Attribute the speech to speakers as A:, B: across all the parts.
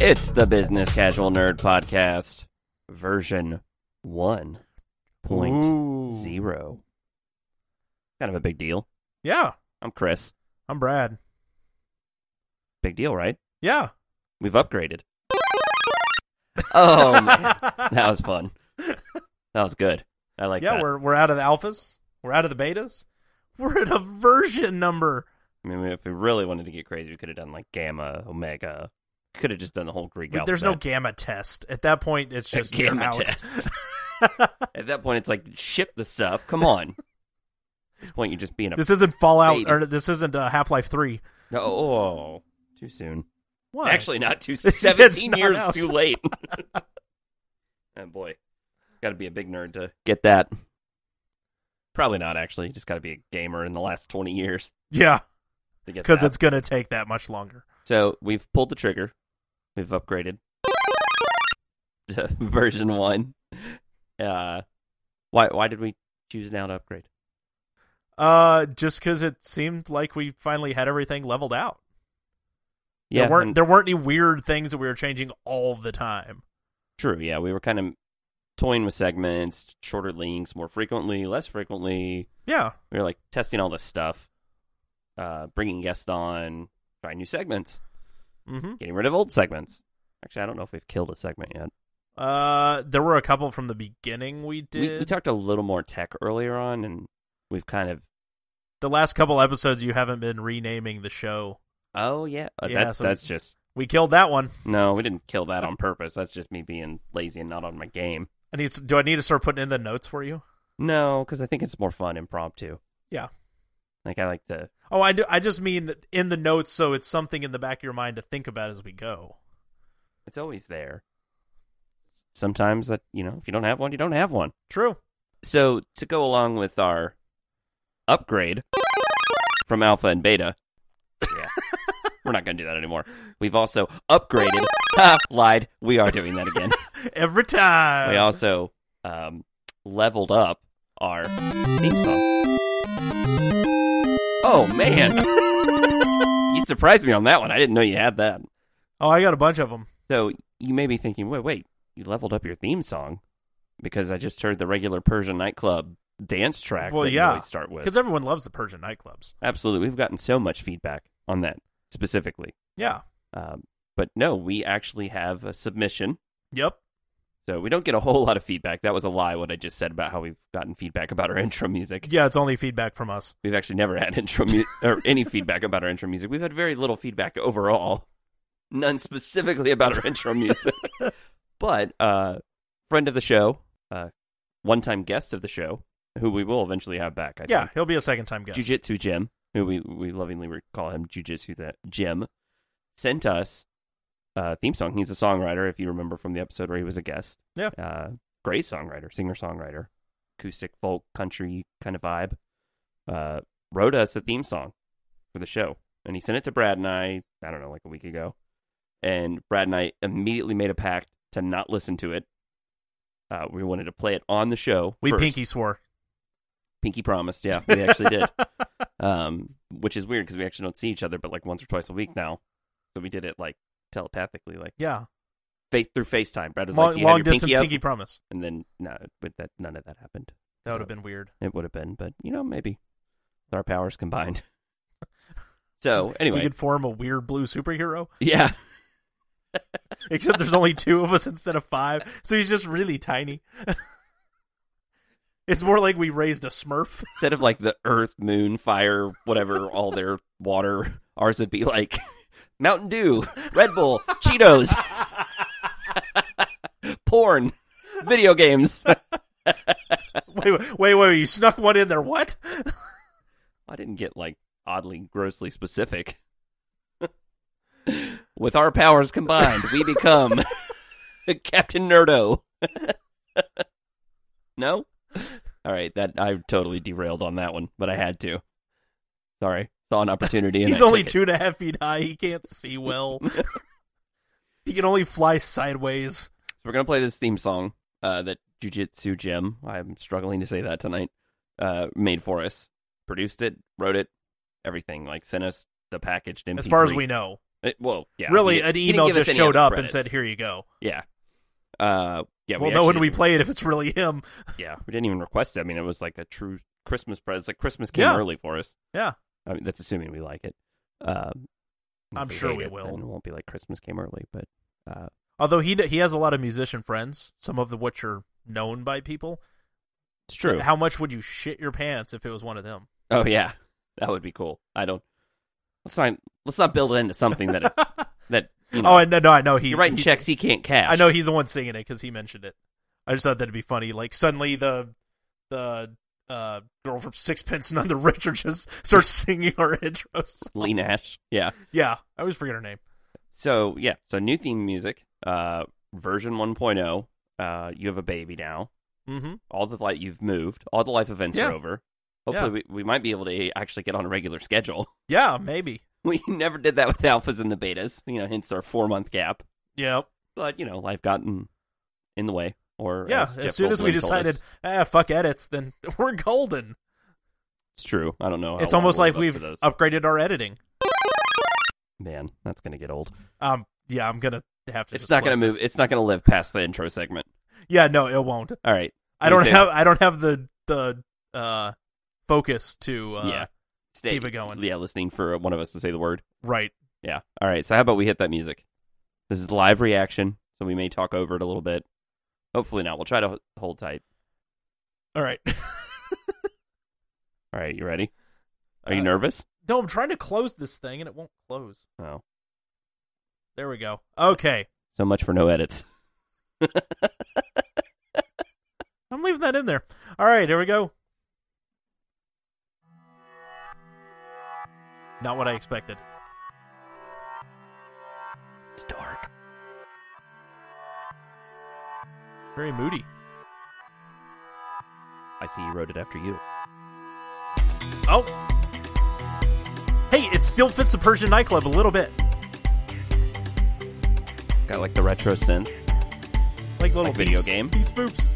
A: It's the Business Casual Nerd Podcast, version 1.0.
B: Ooh.
A: Kind of a big deal.
B: Yeah,
A: I'm Chris.
B: I'm Brad.
A: Big deal, right?
B: Yeah.
A: We've upgraded. Oh, man. That was fun. That was good. I like
B: yeah,
A: that.
B: we're we're out of the alphas. We're out of the betas. We're at a version number.
A: I mean, if we really wanted to get crazy, we could have done like Gamma, Omega. Could have just done the whole Greek alphabet.
B: There's no gamma test. At that point, it's
A: A
B: just you're
A: gamma
B: out.
A: test. At that point, it's like, ship the stuff. Come on. At this point, you're just being a.
B: This isn't Fallout
A: Faded.
B: or this isn't uh, Half Life Three.
A: No, oh, too soon.
B: What?
A: Actually, not too.
B: It's
A: Seventeen
B: not
A: years
B: out.
A: too late. oh boy, got to be a big nerd to get that. Probably not. Actually, just got to be a gamer in the last twenty years
B: yeah,
A: to get
B: because
A: that.
B: it's gonna take that much longer.
A: So we've pulled the trigger. We've upgraded to version one. Uh, why? Why did we choose now to upgrade?
B: Uh, just because it seemed like we finally had everything leveled out.
A: Yeah,
B: there weren't
A: and-
B: there weren't any weird things that we were changing all the time.
A: True. Yeah, we were kind of toying with segments, shorter links, more frequently, less frequently.
B: Yeah,
A: We were like testing all this stuff, uh, bringing guests on, trying new segments,
B: mm-hmm.
A: getting rid of old segments. Actually, I don't know if we've killed a segment yet.
B: Uh, there were a couple from the beginning we did.
A: We, we talked a little more tech earlier on, and we've kind of
B: the last couple episodes you haven't been renaming the show.
A: oh yeah, uh,
B: Yeah,
A: that,
B: so-
A: that's just
B: We killed that one.
A: no, we didn't kill that on purpose. That's just me being lazy and not on my game.
B: I need. do I need to start putting in the notes for you?
A: No, because I think it's more fun impromptu.
B: Yeah.
A: like I like to.
B: Oh, I do. I just mean in the notes, so it's something in the back of your mind to think about as we go.
A: It's always there. Sometimes that you know, if you don't have one, you don't have one.
B: True.
A: So to go along with our upgrade from alpha and beta, yeah, we're not going to do that anymore. We've also upgraded. ha, lied. We are doing that again.
B: Every time.
A: We also um, leveled up our theme song. Oh man, you surprised me on that one. I didn't know you had that.
B: oh, I got a bunch of them.
A: So you may be thinking, wait, wait, you leveled up your theme song because I just heard the regular Persian nightclub dance track.
B: Well,
A: that you
B: yeah.
A: always start with.
B: because everyone loves the Persian nightclubs.
A: Absolutely. We've gotten so much feedback on that specifically.
B: Yeah.
A: Um, but no, we actually have a submission.
B: Yep.
A: So we don't get a whole lot of feedback. That was a lie, what I just said about how we've gotten feedback about our intro music.
B: Yeah, it's only feedback from us.
A: We've actually never had intro mu- or any feedback about our intro music. We've had very little feedback overall, none specifically about our intro music. but uh, friend of the show, uh, one-time guest of the show, who we will eventually have back. I
B: Yeah,
A: think.
B: he'll be a second time guest.
A: Jujitsu Jim, who we, we lovingly re- call him Jujitsu the Jim, sent us a theme song. He's a songwriter, if you remember from the episode where he was a guest.
B: Yeah.
A: Uh, great songwriter, singer songwriter, acoustic folk country kind of vibe. Uh, wrote us a theme song for the show, and he sent it to Brad and I. I don't know, like a week ago, and Brad and I immediately made a pact to not listen to it. Uh, we wanted to play it on the show.
B: we
A: first.
B: pinky swore.
A: pinky promised. Yeah, we actually did um, which is weird because we actually don't see each other, but like once or twice a week now. So we did it like telepathically, like
B: yeah.
A: face through FaceTime. Brad was
B: Long,
A: like, "Do you
B: long
A: have your
B: distance
A: pinky, up?"
B: pinky promise.
A: and then no, but that none of that happened.
B: That would
A: So-
B: have been weird.
A: It would have been, but you know, maybe with our powers combined. so anyway,
B: We could form a weird blue superhero,
A: yeah,
B: except there's only two of us instead of five, so he's just really tiny. it's more like we raised a Smurf.
A: instead of like the Earth, Moon, Fire, whatever, all their water, ours would be like Mountain Dew, Red Bull, Cheetos, porn, video games.
B: Wait, wait, wait, wait, you snuck one in there. What?
A: I didn't get like oddly grossly specific. With our powers combined, we become Captain Nerdo. no? All right, that I totally derailed on that one, but I had to. Sorry. Saw an opportunity and
B: He's
A: I
B: only
A: took it.
B: two and a half feet high. He can't see well. he can only fly sideways.
A: So we're gonna play this theme song uh, that Jujitsu Jim, I'm struggling to say that tonight, uh, made for us. Produced it, wrote it, everything. Like sent us the packaged MP3.
B: As far as we know,
A: It- well, yeah.
B: really,
A: he-
B: an
A: he didn't
B: email
A: give us
B: just
A: any
B: showed
A: other
B: up and
A: credits.
B: said, "Here you go."
A: Yeah. Uh, yeah.
B: well, no, when
A: actually
B: we
A: didn't-
B: play it, if it's really him,
A: Yeah, we didn't even request it. I mean, it was like a true Christmas present. It's Like Christmas came
B: Yeah.
A: early for us.
B: Yeah.
A: I mean, that's assuming we like it. Um, if
B: I'm sure
A: hate
B: we
A: it,
B: will.
A: Then it won't be like Christmas came early, but uh,
B: although he d- he has a lot of musician friends, some of the which are known by people.
A: it's true.
B: How much would you shit your pants if it was one of them?
A: oh yeah, that would be cool. I don't. Let's not let's not build it into something that that you know.
B: oh, I, no, no, I know he,
A: you're writing
B: he's-
A: checks he can't cash.
B: I know he's the one singing it because he mentioned it. I just thought that'd be funny. Like suddenly the the uh, girl from Sixpence None the Richer just starts singing our intros.
A: Lee Nash. Yeah.
B: Yeah, I always forget her name.
A: So yeah, so new theme music, uh, version 1.0. Uh, you have a baby now.
B: Mm-hmm.
A: all the light you've moved, all the life events
B: Yeah.
A: are over. Hopefully, we, we might be able to actually get on a regular schedule.
B: Yeah, maybe.
A: We never did that with alphas and the betas, you know, hence our four month gap.
B: Yeah,
A: But you know, life got in, in the way. Or
B: yeah.
A: as, Jeff
B: As soon as we
A: Goldblum told
B: decided,
A: us,
B: ah, fuck edits, then we're golden.
A: it's true. I don't know. how
B: it's
A: long
B: almost
A: we'll
B: like
A: live up
B: we've
A: to those.
B: upgraded our editing.
A: man. That's gonna get old.
B: Um, yeah, I'm gonna have to.
A: It's
B: just
A: not gonna
B: close
A: move.
B: this.
A: It's not gonna live past the intro segment.
B: Yeah, no, it won't.
A: All right.
B: I don't
A: Stay-
B: have. I don't have the the uh focus to uh
A: Yeah. Stay,
B: keep it going.
A: Yeah, listening for one of us to say the word.
B: right.
A: Yeah. All right. So how about we hit that music? This is live reaction, so we may talk over it a little bit. Hopefully not. We'll try to h- hold tight.
B: All right.
A: All right, you ready? Are you
B: Uh,
A: nervous?
B: no, I'm trying to close this thing and it won't close.
A: Oh,
B: There we go. Okay.
A: so much for no edits.
B: I'm leaving that in there. All right, here we go. Not what I expected.
A: It's dark.
B: Very moody.
A: I see you wrote it after you.
B: Oh. Hey, it still fits the Persian nightclub a little bit.
A: Got like the retro synth.
B: Like little
A: Like video
B: beeps,
A: game?
B: beep boops.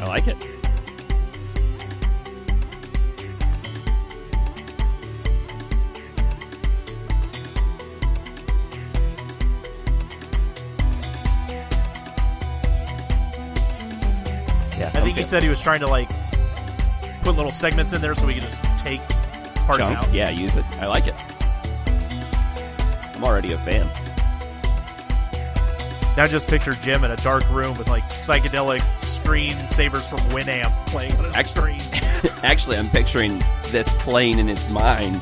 A: I like it. Yeah,
B: I think he said he was trying to like put little segments in there so we could just take parts
A: chunks.
B: out.
A: Yeah, use it. I like it. I'm already a fan.
B: Now just picture Jim in a dark room with like psychedelic screensavers from Winamp playing on his
A: Actually-
B: screen.
A: Actually, I'm picturing this playing in his mind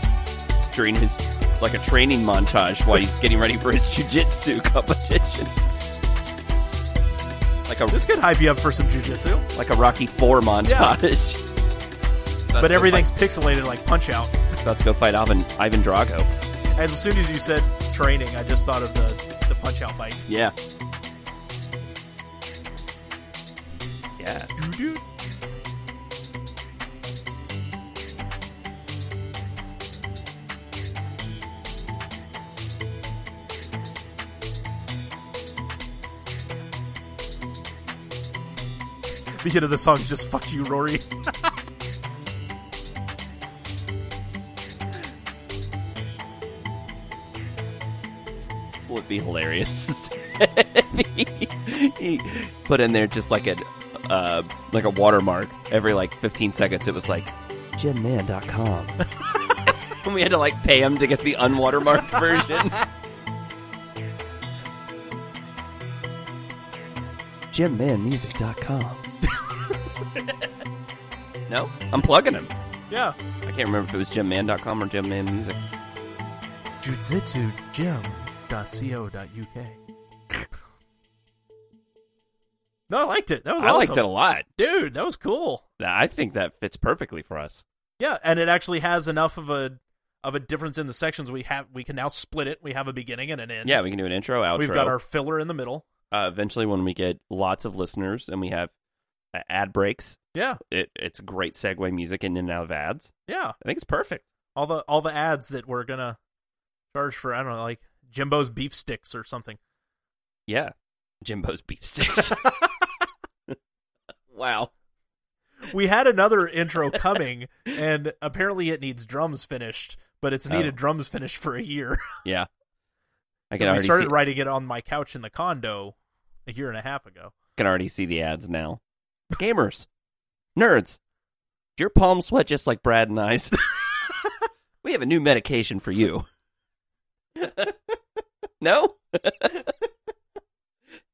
A: during his like a training montage while he's getting ready for his jujitsu competitions. Like a
B: This could hype you up for some jujitsu,
A: like a Rocky Four montage. About to
B: but
A: go
B: everything's pixelated like Punch Out.
A: fight, about to go fight Ivan Ivan Drago.
B: As soon as you said training, I just thought of the, the Punch Out bike.
A: Yeah. Yeah.
B: Doo-doo. The end of the song is just "fuck you, Rory."
A: would be hilarious. he, he put in there just like a uh, like a watermark every like 15 seconds. It was like jimman.com. and we had to like pay him to get the unwatermarked version. jimmanmusic.com. no, I'm plugging him.
B: Yeah,
A: I can't remember if it was jimman.com or jimman music.
B: jujitsujim.co.uk. no, I liked it. That was
A: I
B: awesome.
A: liked it a lot.
B: dude. That was cool.
A: I think that fits perfectly for us.
B: Yeah, and it actually has enough of a of a difference in the sections we have. We can now split it. We have a beginning and an end.
A: Yeah, we can do an intro, outro.
B: we've got our filler in the middle.
A: uh, eventually when we get lots of listeners and we have uh, ad breaks,
B: Yeah,
A: it, it's great segue music in and out of ads.
B: yeah.
A: I think it's perfect.
B: All the all the ads that we're gonna charge for. I don't know, like Jimbo's beef sticks or something.
A: Yeah, Jimbo's beef sticks. wow,
B: we had another intro coming, and apparently it needs drums finished, but it's needed
A: Oh.
B: drums finished for a year.
A: Yeah. I can
B: We
A: already
B: started
A: see,
B: writing it on my couch in the condo a year and a half ago.
A: can already see the ads now. Gamers, nerds, your palms sweat just like Brad and I's. we have a new medication for you. no?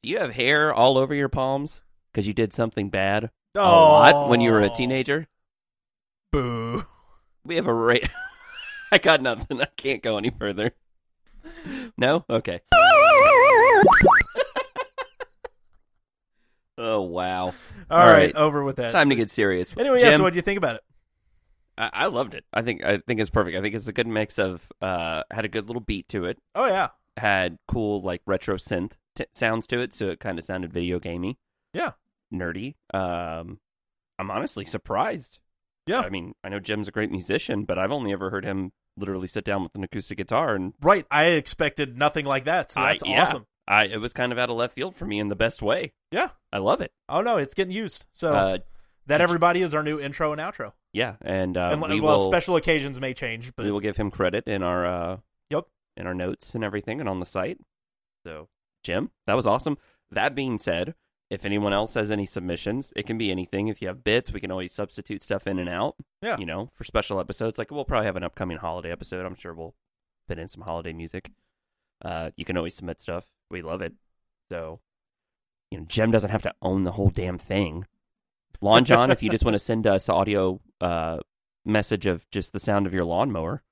A: Do you have hair all over your palms because you did something bad
B: Oh,
A: a lot when you were a teenager?
B: Boo.
A: We have a rate. I got nothing. I can't go any further. No? Okay. Oh, wow.
B: All
A: All
B: right,
A: right.
B: over with that.
A: It's time to get serious.
B: Anyway, yeah,
A: Jim,
B: so what do you think about it?
A: I-, I loved it. I think I think it's perfect. I think it's a good mix of uh had a good little beat to it,
B: Oh yeah.
A: had cool like retro synth t- sounds to it, so it kind of sounded video gamey.
B: Yeah.
A: Nerdy. Um I'm honestly surprised.
B: Yeah.
A: I mean, I know Jim's a great musician, but I've only ever heard him literally sit down with an acoustic guitar and
B: Right. I expected nothing like that, so
A: I-
B: that's
A: yeah.
B: awesome.
A: I it was kind of out of left field for me in the best way.
B: Yeah.
A: I love it.
B: Oh no, it's getting used. So
A: uh
B: that everybody is our new intro and outro.
A: yeah, and uh
B: and
A: we
B: well,
A: will
B: special occasions may change, but
A: we will give him credit in our uh
B: Yup.
A: in our notes and everything and on the site so jim that was awesome that being said if anyone else has any submissions it can be anything if you have bits we can always substitute stuff in and out
B: Yeah.
A: you know for special episodes like we'll probably have an upcoming holiday episode i'm sure we'll fit in some holiday music uh you can always submit stuff we love it so you know jim doesn't have to own the whole damn thing lawn john if you just want to send us audio uh message of just the sound of your lawnmower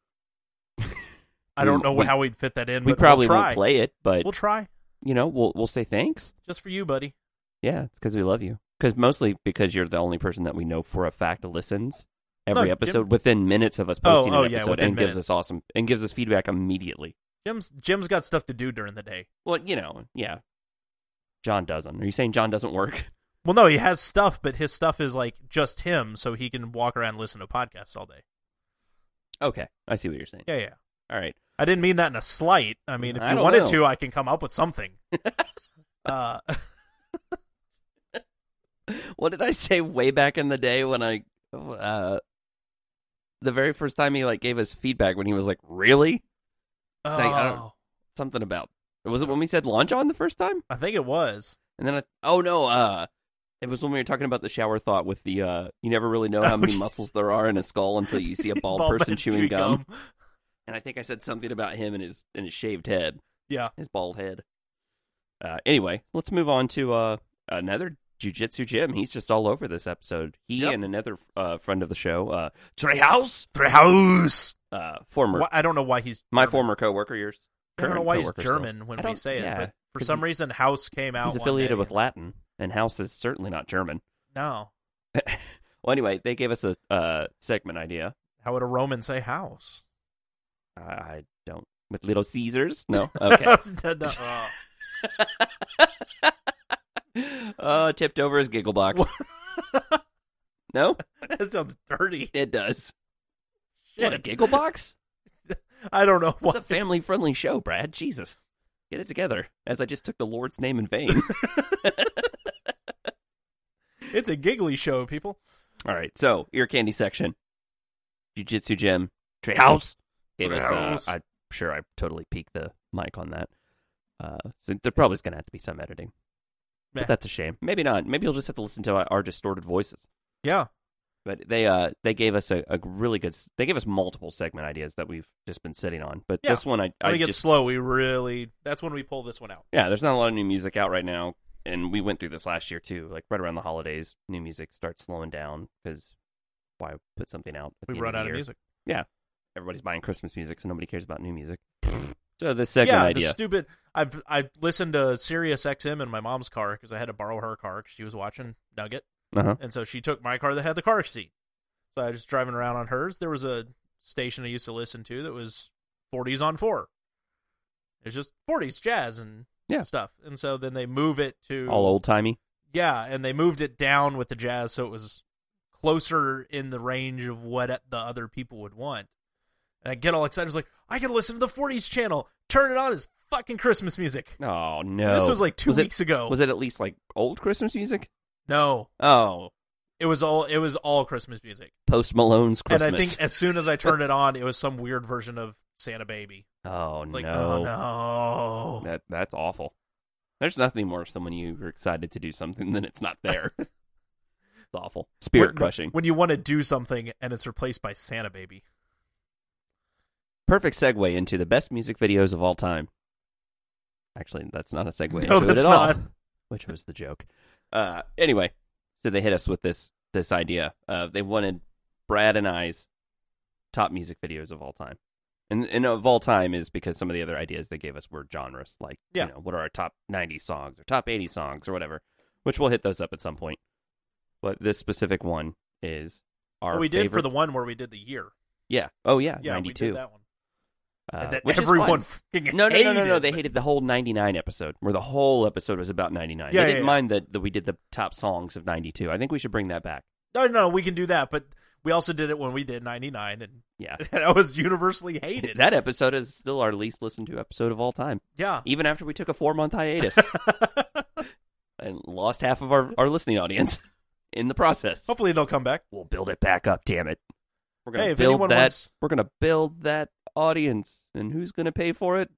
B: I don't
A: we-
B: know
A: we-
B: how we'd fit that in.
A: we
B: but
A: probably
B: we'll try.
A: won't play it, but
B: We'll try
A: you know, we'll we'll say thanks.
B: just for you, buddy.
A: Yeah, it's because we love you. Because mostly because you're the only person that we know for a fact listens every
B: No,
A: episode within minutes of us posting
B: oh,
A: an
B: yeah,
A: episode
B: within
A: and gives us
B: minutes.
A: awesome and gives us feedback immediately.
B: Jim's Jim's got stuff to do during the day.
A: Well, you know, yeah. John doesn't. Are you saying John doesn't work?
B: Well, no, he has stuff, but his stuff is like just him, so he can walk around and listen to podcasts all day.
A: Okay, I see what you're saying.
B: Yeah, yeah.
A: All right,
B: I didn't mean that in a slight. I mean, if
A: I
B: you
A: don't
B: wanted
A: know.
B: to, I can come up with something. uh,
A: what did I say way back in the day when I, uh, the very first time he like gave us feedback when he was like, "Really?" I don't-
B: oh,
A: Something about was it when we said launch on the first time?
B: I think it was.
A: And then I oh no, uh it was when we were talking about the shower thought with the uh you never really know how
B: Oh,
A: many
B: yeah.
A: muscles there are in a skull until you see a bald, person
B: man
A: chewing gum. And I think I said something about him and his and his shaved head.
B: Yeah.
A: His bald head. Uh anyway, let's move on to uh another jujitsu gym. He's just all over this episode. He
B: Yep.
A: and another uh friend of the show, uh Treehouse,
B: Trehaus.
A: uh former
B: Why- I don't know why he's
A: my
B: German.
A: former coworker, yours.
B: I don't know
A: current
B: why he's
A: coworker still.
B: German
A: I
B: when we
A: don't-
B: say
A: yeah,
B: it, but for
A: 'cause
B: some reason, House came out.
A: He's
B: one
A: affiliated
B: day.
A: with Latin, and House is certainly not German.
B: No.
A: Well, anyway, they gave us a uh, segment idea.
B: How would a Roman say house?
A: I- I don't with Little Caesars. No, okay.
B: No, uh,
A: uh, tipped over his giggle box. no,
B: that sounds dirty.
A: it does.
B: Shit.
A: What a giggle box!
B: I don't know
A: What's a
B: what.
A: family-friendly show, Brad? Jesus, get it together. As I just took the Lord's name in vain.
B: It's a giggly show, people.
A: All right, so ear candy section, jujitsu gym, treehouse gave us.
B: Treehouse.
A: Uh, I'm sure I totally peaked the mic on that. Uh, so there probably is going to have to be some editing.
B: Meh.
A: But that's a shame. Maybe not. Maybe you'll just have to listen to our, our distorted voices.
B: Yeah.
A: But they uh they gave us a, a really good. s- They gave us multiple segment ideas that we've just been sitting on. But
B: Yeah.
A: this one, I,
B: When
A: I
B: we get
A: just
B: slow, we really. That's when we pull this one out.
A: yeah. There's not a lot of new music out right now, and we went through this last year too. Like right around the holidays, new music starts slowing down because why put something out? at the
B: We
A: end
B: run
A: the
B: out of
A: year?
B: music.
A: Everybody's buying Christmas music, so nobody cares about new music. so this segment
B: yeah,
A: idea,
B: the stupid. I've I've listened to Sirius XM in my mom's car because I had to borrow her car 'cause she was watching Nugget,
A: Uh-huh.
B: and so she took my car that had the car seat. So I was just driving around on hers. There was a station I used to listen to that was 40s on four. It's just 40s jazz and
A: Yeah.
B: stuff, and so then they move it to
A: all old timey.
B: yeah, and they moved it down with the jazz, so it was closer in the range of what e-, the other people would want. And I get all excited. I was like, I can listen to the 40s channel. Turn it on. It's fucking Christmas music.
A: Oh
B: And
A: no!
B: This was like two
A: was
B: weeks ago.
A: It, was it at least like old Christmas music?
B: No,
A: Oh,
B: it It was all it was all Christmas music.
A: Post Malone's Christmas.
B: And I think as soon as I turned it on, it was some weird version of Santa Baby.
A: oh
B: Like,
A: no.
B: oh no.
A: That that's awful. There's nothing worse than when you're excited to do something than it's not there. it's awful. Spirit
B: When-
A: crushing.
B: When you want to do something and it's replaced by Santa Baby.
A: Perfect segue into the best music videos of all time. Actually, that's not a segue
B: No,
A: into it
B: that's
A: at
B: not.
A: all. Which was the joke. Uh, anyway, so they hit us with this this idea. Uh, they wanted Brad and I's top music videos of all time. And and of all time is because some of the other ideas they gave us were genres, like
B: Yeah.
A: you know, what are our top ninety songs or top eighty songs or whatever. Which we'll hit those up at some point. But this specific one is our
B: we did
A: favorite.
B: for the one where we did the year.
A: yeah oh yeah,
B: Yeah,
A: ninety
B: we
A: two
B: did that one.
A: uh,
B: and that
A: which is
B: everyone
A: fine.
B: fucking
A: No, no,
B: hated.
A: no, no, no. They hated the whole 99 episode, where the whole episode was about 99.
B: Yeah,
A: they
B: yeah,
A: didn't
B: yeah.
A: mind that, that we did the top songs of 92. I think we should bring that back.
B: No, no, we can do that, but we also did it when we did 99 and
A: Yeah.
B: that was universally hated.
A: that episode is still our least listened to episode of all time,
B: yeah.
A: even after we took a four month hiatus and lost half of our, our listening audience in the process.
B: Hopefully they'll come back.
A: We'll build it back up, damn it. We're going
B: Oh. Hey,
A: to
B: if
A: build
B: anyone
A: that.
B: wants-
A: We're going to build that audience. And who's going to pay for it?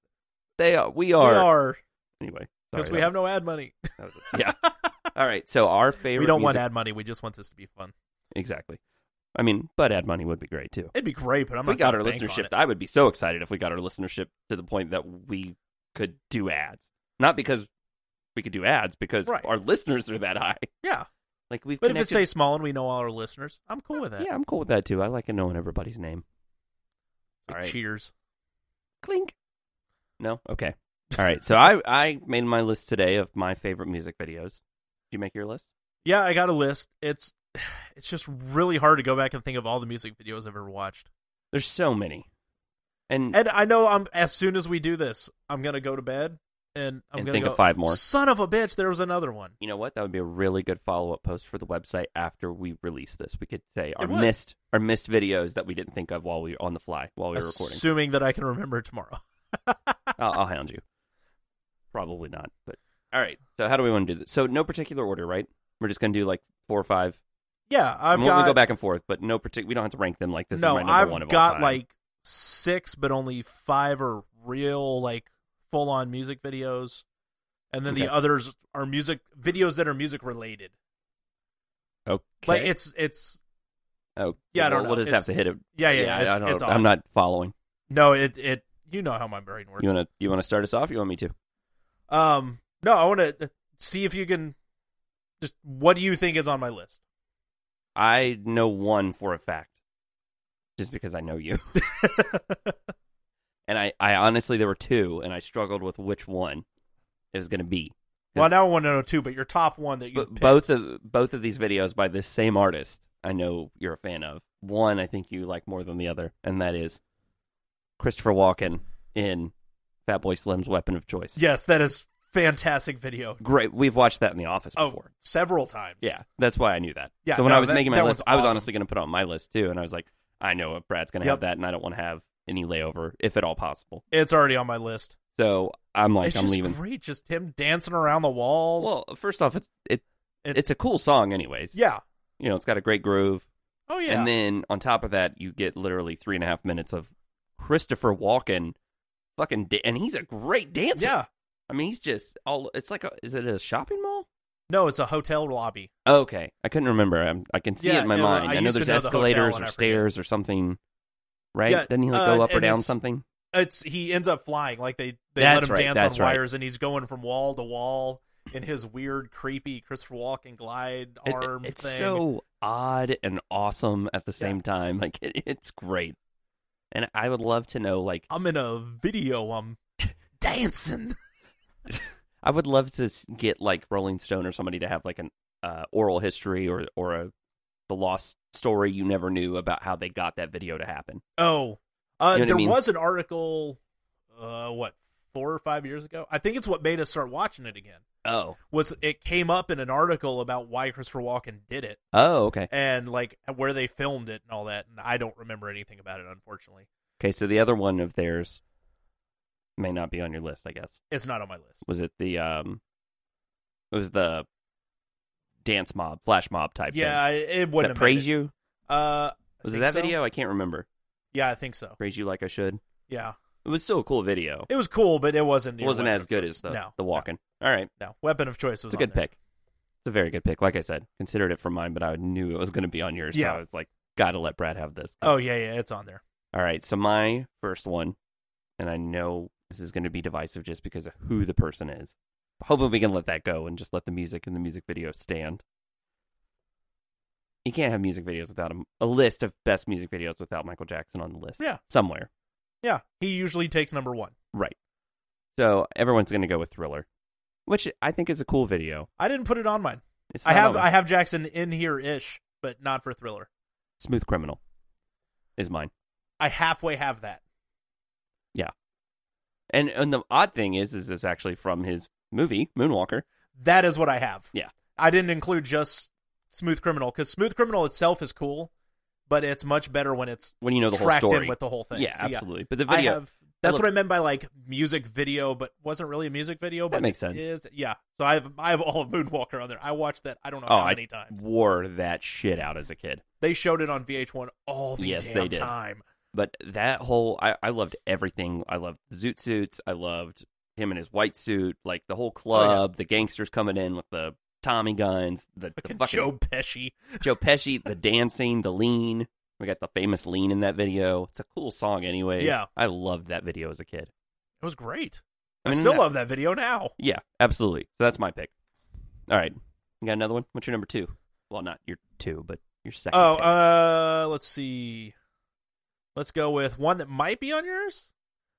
A: They are. We
B: We
A: are.
B: are
A: Anyway.
B: because
A: sorry,
B: we
A: that-
B: have no ad money.
A: that was a- yeah. All right. So our favorite.
B: We don't want
A: music-
B: ad money. We just want this to be fun.
A: Exactly. I mean, but ad money would be great too.
B: It'd be great, but I'm
A: if we
B: not
A: got
B: gonna
A: our
B: bank on
A: listenership,
B: it.
A: I would be so excited if we got our listenership to the point that we could do ads. Not because we could do ads, because
B: Right.
A: our listeners are that high.
B: Yeah,
A: Like we've
B: but if it's
A: connected-
B: say small and we know all our listeners, I'm cool with that.
A: yeah, I'm cool with that too. I like knowing everybody's name.
B: Like,
A: All right.
B: Cheers.
A: Clink. No, okay. All right. So I I made my list today of my favorite music videos. Did you make your list?
B: Yeah, I got a list. It's it's just really hard to go back and think of all the music videos I've ever watched.
A: There's so many, and
B: And I know I'm as soon as we do this, I'm gonna go to bed and I'm
A: and
B: gonna
A: think
B: go,
A: of five more.
B: Son of a bitch, there was another one.
A: you know what? That would be a really good follow up post for the website after we release this. We could say our
B: would.
A: missed our missed videos that we didn't think of while we were on the fly while we were recording.
B: Assuming that I can remember tomorrow.
A: I'll, I'll hound you. Probably not, but all right. So how do we want to do this? So no particular order, right? We're just gonna do like four or five.
B: Yeah, I've
A: and we'll,
B: got
A: we go back and forth, but no particular. We don't have to rank them like this. is
B: no,
A: my number
B: I've
A: one of all
B: got
A: time.
B: like six, but only five are real, like full on music videos, and then
A: Okay.
B: the others are music videos that are music related.
A: okay.
B: Like it's it's
A: oh
B: yeah, I don't
A: we'll,
B: know.
A: We'll just have
B: It's-
A: to hit it.
B: yeah yeah, yeah,
A: I
B: it's,
A: don't,
B: it's
A: I'm
B: odd.
A: not following.
B: no it it you know how my brain works.
A: You wanna you wanna start us off? You want me to?
B: um no, I want to see if you can just what do you think is on my list?
A: I know one for a fact, just because I know you. and I, I honestly, there were two, and I struggled with which one it was going to be.
B: Well, now I want to know oh two, but your top one that you
A: But
B: picked.
A: both of both of these videos by this same artist, I know you're a fan of. One, I think you like more than the other, and that is Christopher Walken in Fatboy Slim's Weapon of Choice.
B: yes, that is fantastic video.
A: great. We've watched that in the office
B: Oh,
A: before.
B: several times.
A: Yeah, that's why I knew that.
B: Yeah,
A: so when
B: no,
A: I was
B: that-
A: making my
B: that
A: list,
B: was
A: I was
B: awesome.
A: honestly going to put it on my list too, and I was like, I know Brad's going to have
B: Yep.
A: that, and I don't want to have any layover if at all possible.
B: it's already on my list.
A: So I'm like,
B: it's
A: I'm
B: just
A: leaving.
B: great, just him dancing around the walls.
A: Well, first off, it's it,
B: It-
A: it's a cool song, anyways.
B: yeah.
A: you know, it's got a great groove,
B: Oh yeah.
A: and then on top of that, you get literally three and a half minutes of Christopher Walken, fucking, da- and he's a great dancer.
B: yeah.
A: I mean, he's just all. It's like a, is it a shopping mall?
B: No, it's a hotel lobby.
A: Okay, I couldn't remember. I'm, I can see
B: Yeah,
A: it in my
B: yeah, well,
A: mind.
B: I
A: I, know
B: used to
A: there's
B: know the hotel
A: escalators
B: and
A: or
B: I forget.
A: stairs or something, right?
B: Yeah,
A: Doesn't he like
B: uh,
A: go up or
B: and
A: down
B: it's-
A: something?
B: It's he ends up flying like they they let
A: That's
B: him
A: right,
B: dance
A: that's
B: on
A: right.
B: wires, and he's going from wall to wall in his weird, creepy Christopher Walken glide
A: It- it-
B: arm
A: it's
B: thing.
A: so odd and awesome at the same time. Like it, it's great, and I would love to know. Like
B: I'm in a video. I'm dancing.
A: I would love to s- get like Rolling Stone or somebody to have like an uh, oral history or or a the lost story you never knew about how they got that video to happen.
B: Oh, uh,
A: You know what I
B: there
A: mean?
B: was an article. Uh, what four or five years ago? I think it's what made us start watching it again.
A: Oh,
B: Was it came up in an article about why Christopher Walken did it?
A: oh, okay,
B: and like where they filmed it and all that. And I don't remember anything about it, unfortunately.
A: okay. So the other one of theirs may not be on your list, I guess.
B: It's not on my list.
A: was it the um it was the dance mob, flash mob type
B: yeah,
A: thing.
B: I- it
A: Is
B: wouldn't
A: that
B: have
A: praise
B: made it.
A: you?
B: Uh, I
A: Was it
B: think
A: that
B: so.
A: video? I can't remember.
B: Yeah, I think so.
A: Praise you like I should.
B: Yeah,
A: It was still a cool video.
B: it was cool, but it wasn't.
A: It
B: your
A: wasn't
B: weapon
A: as
B: of
A: good
B: choice.
A: as the
B: no,
A: the walking. All right,
B: No, no. weapon of choice
A: it's
B: was
A: a
B: on
A: good
B: there.
A: pick. It's a very good pick. Like I said, considered it for mine, but I knew it was going to be on yours.
B: Yeah.
A: So I was like, gotta let Brad have this.
B: Oh yeah, yeah, it's on there.
A: All right, so my first one, and I know this is going to be divisive just because of who the person is. Hoping we can let that go and just let the music and the music video stand. You can't have music videos without a, a list of best music videos without Michael Jackson on the list.
B: Yeah.
A: Somewhere.
B: Yeah, he usually takes number one.
A: Right. So everyone's going to go with Thriller, which I think is a cool video.
B: I didn't put it on mine.
A: It's
B: I
A: not
B: have
A: on-
B: I have Jackson in here ish, but not for Thriller.
A: Smooth Criminal is mine.
B: I halfway have that.
A: And and the odd thing is is it's actually from his movie Moonwalker.
B: That is what I have.
A: Yeah.
B: I didn't include just Smooth Criminal because Smooth Criminal itself is cool, but it's much better when it's
A: When you know the
B: tracked
A: whole story.
B: in with the whole thing.
A: yeah,
B: So,
A: absolutely. But the video
B: I have. That's
A: look-
B: what I meant by like music video, but wasn't really a music video. But
A: That makes sense.
B: Is, yeah. So I have I have all of Moonwalker on there. I watched that. I don't know
A: Oh,
B: how
A: I-
B: many times
A: wore that shit out as a kid.
B: they showed it on VH1 all the
A: Yes,
B: damn
A: they did.
B: time.
A: But that whole I, I loved everything. I loved zoot suits. I loved him in his white suit, like the
B: Oh,
A: whole club, the gangsters coming in with the Tommy guns, the, the
B: Fucking
A: fucking
B: Joe Pesci.
A: Joe Pesci, the dancing, the lean. We got the famous lean in that video. It's a cool song, anyways.
B: Yeah.
A: I loved that video as a kid.
B: It was great.
A: I
B: I,
A: mean,
B: still
A: that-
B: love that video now.
A: Yeah, absolutely. So that's my pick. All right, you got another one. What's your number two? Well, not your two, but your second.
B: Oh,
A: pick.
B: uh, let's see. Let's go with one that might be on yours.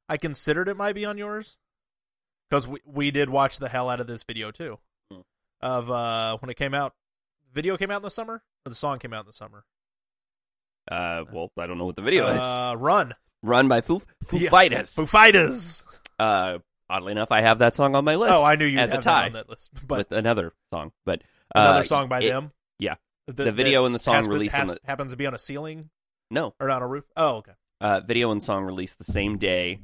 B: I considered it might be on yours because we we did watch the hell out of this video too.
A: Hmm.
B: Of uh, when it came out, video came out in the summer, or the song came out in the summer.
A: Uh, well, I don't know what the video is.
B: uh, run,
A: Run by Foo, Foo
B: Yeah.
A: Fighters.
B: Foo Fighters.
A: Uh, oddly enough, I have that song on my list.
B: oh, I knew you
A: as a
B: had
A: tie
B: that on that list, but
A: with another song, but uh,
B: another song by
A: it-
B: them.
A: yeah.
B: That-
A: The video and
B: that's-
A: the song
B: has-
A: released on
B: has-
A: the-
B: happens to be on a ceiling
A: No,
B: or on a roof. Oh, okay.
A: uh, video and song released the same day.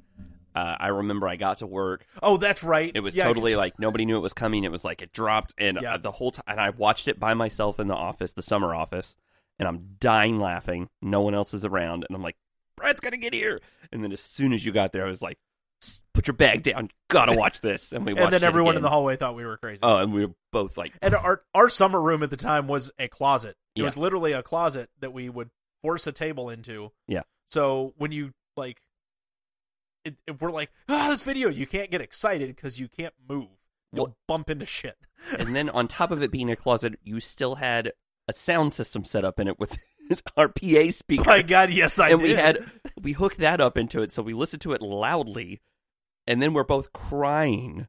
A: Uh, I remember I got to work.
B: Oh, that's right.
A: It was
B: Yeah, I can
A: totally
B: see-
A: like nobody knew it was coming. It was like it dropped, and
B: Yeah.
A: uh, the whole time, and I watched it by myself in the office, the summer office, and I'm dying laughing. No one else is around, and I'm like, Brad's gonna get here. And then as soon as you got there, I was like, "S- Put your bag down. Gotta watch this. And we watched
B: and then
A: it
B: everyone in the
A: again.
B: hallway thought we were crazy.
A: Oh, and we were both like,
B: And our our summer room at the time was a closet. It
A: Yeah.
B: was literally a closet that we would force a table into.
A: Yeah.
B: So when you like, it, it- we're like, ah, this video, you can't get excited because you can't move. You'll
A: Well-
B: bump into shit.
A: and then on top of it being a closet, you still had a sound system set up in it with our PA speakers.
B: My God, yes, I
A: and
B: did.
A: we had we hooked that up into it, so we listened to it loudly, and then we're both crying,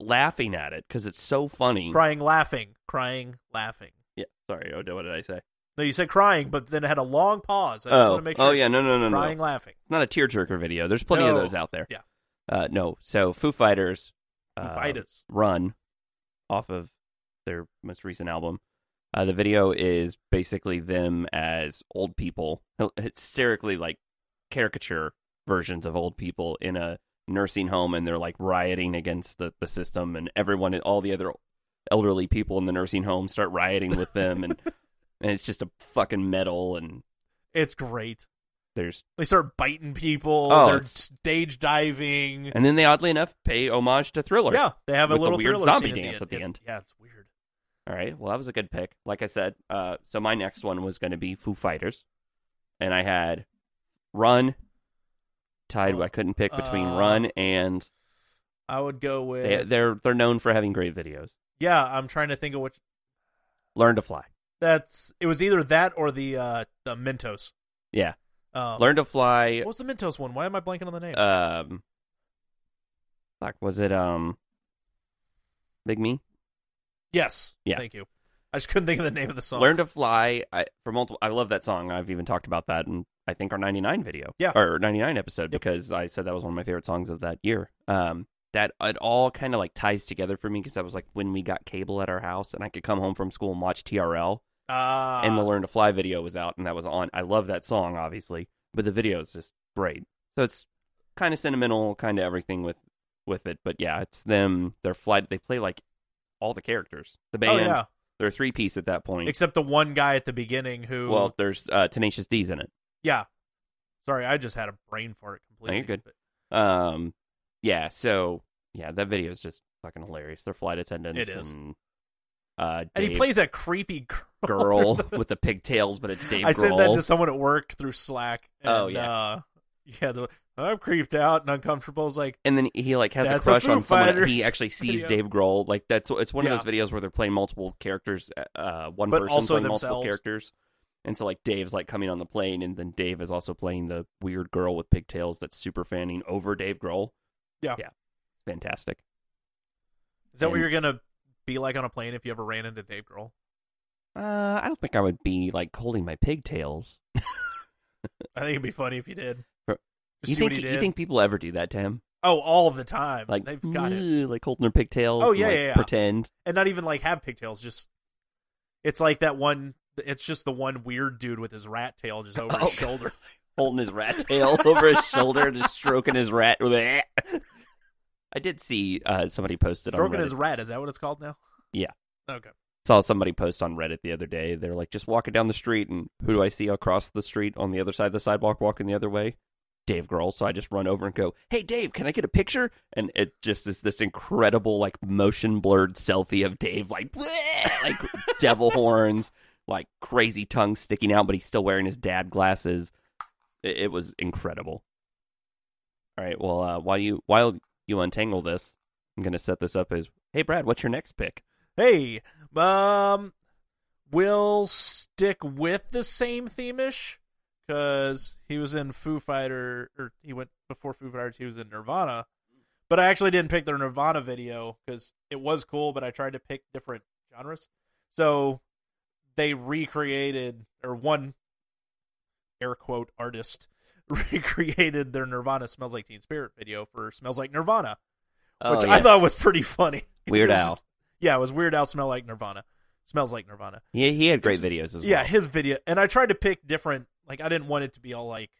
A: laughing at it because it's so funny.
B: crying, laughing, crying, laughing.
A: yeah, sorry, Odo, what did I say?
B: No, you said crying, but then it had a long pause. I just
A: oh,
B: want to make sure.
A: oh
B: it's
A: yeah, no, no, no, no.
B: crying, laughing.
A: It's not a tearjerker video. There's plenty of
B: No.
A: those out there.
B: Yeah.
A: Uh, no, so Foo Fighters,
B: Foo
A: uh,
B: Fighters.
A: Run, off of their most recent album. Uh, the video is basically them as old people, hysterically like caricature versions of old people in a nursing home, and they're like rioting against the, the system, and everyone, all the other elderly people in the nursing home start rioting with them, and and it's just a fucking metal, and
B: It's great.
A: there's
B: They start biting people.
A: Oh,
B: they're
A: it's-
B: stage diving.
A: and then they oddly enough pay homage to Thriller.
B: Yeah, they have a
A: with a
B: little
A: weird
B: thriller
A: zombie
B: scene
A: dance at the
B: It's-
A: end.
B: Yeah, it's weird.
A: All right. Well, that was a good pick. Like I said, uh, so my next one was going to be Foo Fighters, and I had Run tied. I couldn't pick between
B: Uh,
A: Run and
B: I would go with
A: they, they're they're known for having great videos.
B: yeah. I'm trying to think of which.
A: Learn to Fly.
B: That's it was either that or the uh the Mentos.
A: Yeah,
B: Um,
A: Learn to Fly.
B: What was the Mentos one? Why am I blanking on the name?
A: Um, fuck, was it um, Big Me?
B: yes.
A: yeah.
B: Thank you. I just couldn't think of the name of the song.
A: Learn to Fly. I, for multiple, I love that song. I've even talked about that in I think our '99 video,
B: Yeah.
A: or '99 episode,
B: Yep.
A: because I said that was one of my favorite songs of that year. Um, that it all kind of like ties together for me because that was like when we got cable at our house, and I could come home from school and watch TRL,
B: Ah,
A: and the Learn to Fly video was out, and that was on. I love that song, obviously, but the video is just great. So it's kind of sentimental, kind of everything with with it, but yeah, it's them. They're flight. They play like all the characters, the band,
B: oh yeah.
A: They're three piece at that point.
B: Except the one guy at the beginning who.
A: well, there's uh, Tenacious D's in it.
B: yeah. Sorry, I just had a brain fart completely.
A: you're good.
B: but-
A: Um, yeah. So yeah, that video is just fucking hilarious. Their flight attendants.
B: It is.
A: And, uh,
B: And he
A: Dave
B: plays that creepy girl.
A: girl with the pigtails, but it's Dave.
B: I sent that
A: Grohl.
B: to someone at work through Slack. And,
A: Oh, yeah.
B: Uh, yeah, they're like, I'm creeped out and uncomfortable. It's like,
A: and then he like has a
B: That's a
A: crush
B: Foo
A: on someone. and He
B: Fighters
A: actually sees
B: video.
A: Dave Grohl. Like that's it's one
B: Yeah.
A: of those videos where they're playing multiple characters, uh, one
B: But
A: person
B: also
A: playing multiple
B: themselves.
A: characters. And so like Dave's like coming on the plane, and then Dave is also playing the weird girl with pigtails that's super fanning over Dave Grohl.
B: Yeah.
A: yeah, fantastic.
B: is that what
A: And-
B: you're going to be like on a plane if you ever ran into Dave Grohl?
A: Uh, I don't think I would be like holding my pigtails.
B: I think it'd be funny if you did.
A: Bro,
B: Just
A: You
B: see what
A: think
B: he did.
A: you think people ever do that to him?
B: oh, all the time.
A: Like mm.
B: They've got it.
A: "Ugh," like holding their pigtails.
B: Oh,
A: and,
B: yeah,
A: like,
B: yeah, yeah.
A: pretend.
B: and not even like have pigtails. Just it's like that one. It's just the one weird dude with his rat tail just over
A: Oh,
B: his shoulder.
A: holding his rat tail over his shoulder, just stroking his rat. with a- I did see uh, somebody posted
B: Broken
A: on Reddit.
B: his rat. Is that what it's called now?
A: Yeah.
B: Okay.
A: saw somebody post on Reddit the other day. They're like, just walking down the street, and who do I see across the street on the other side of the sidewalk, walking the other way? Dave Grohl. So I just run over and go, "Hey, Dave, can I get a picture?" And it just is this incredible, like, motion blurred selfie of Dave, like, like devil horns, like crazy tongue sticking out, but he's still wearing his dad glasses. It, it was incredible. All right, well, uh, while you while you untangle this, I'm gonna set this up as, "Hey, Brad, what's your next pick?"
B: Hey, um, we'll stick with the same theme-ish because he was in Foo Fighter, or he went before Foo Fighters. He was in Nirvana, but I actually didn't pick their Nirvana video because it was cool, but I tried to pick different genres. So they recreated, or one air quote artist recreated their Nirvana "Smells Like Teen Spirit" video for "Smells Like Nirvana," which I
A: yes.
B: thought was pretty funny. 'Cause
A: Oh, Weird
B: it was
A: Al.
B: just- yeah, it was Weird Al smell like Nirvana. Smells like Nirvana.
A: Yeah, he had great videos as well.
B: Yeah, his video. And I tried to pick different. Like I didn't want it to be all like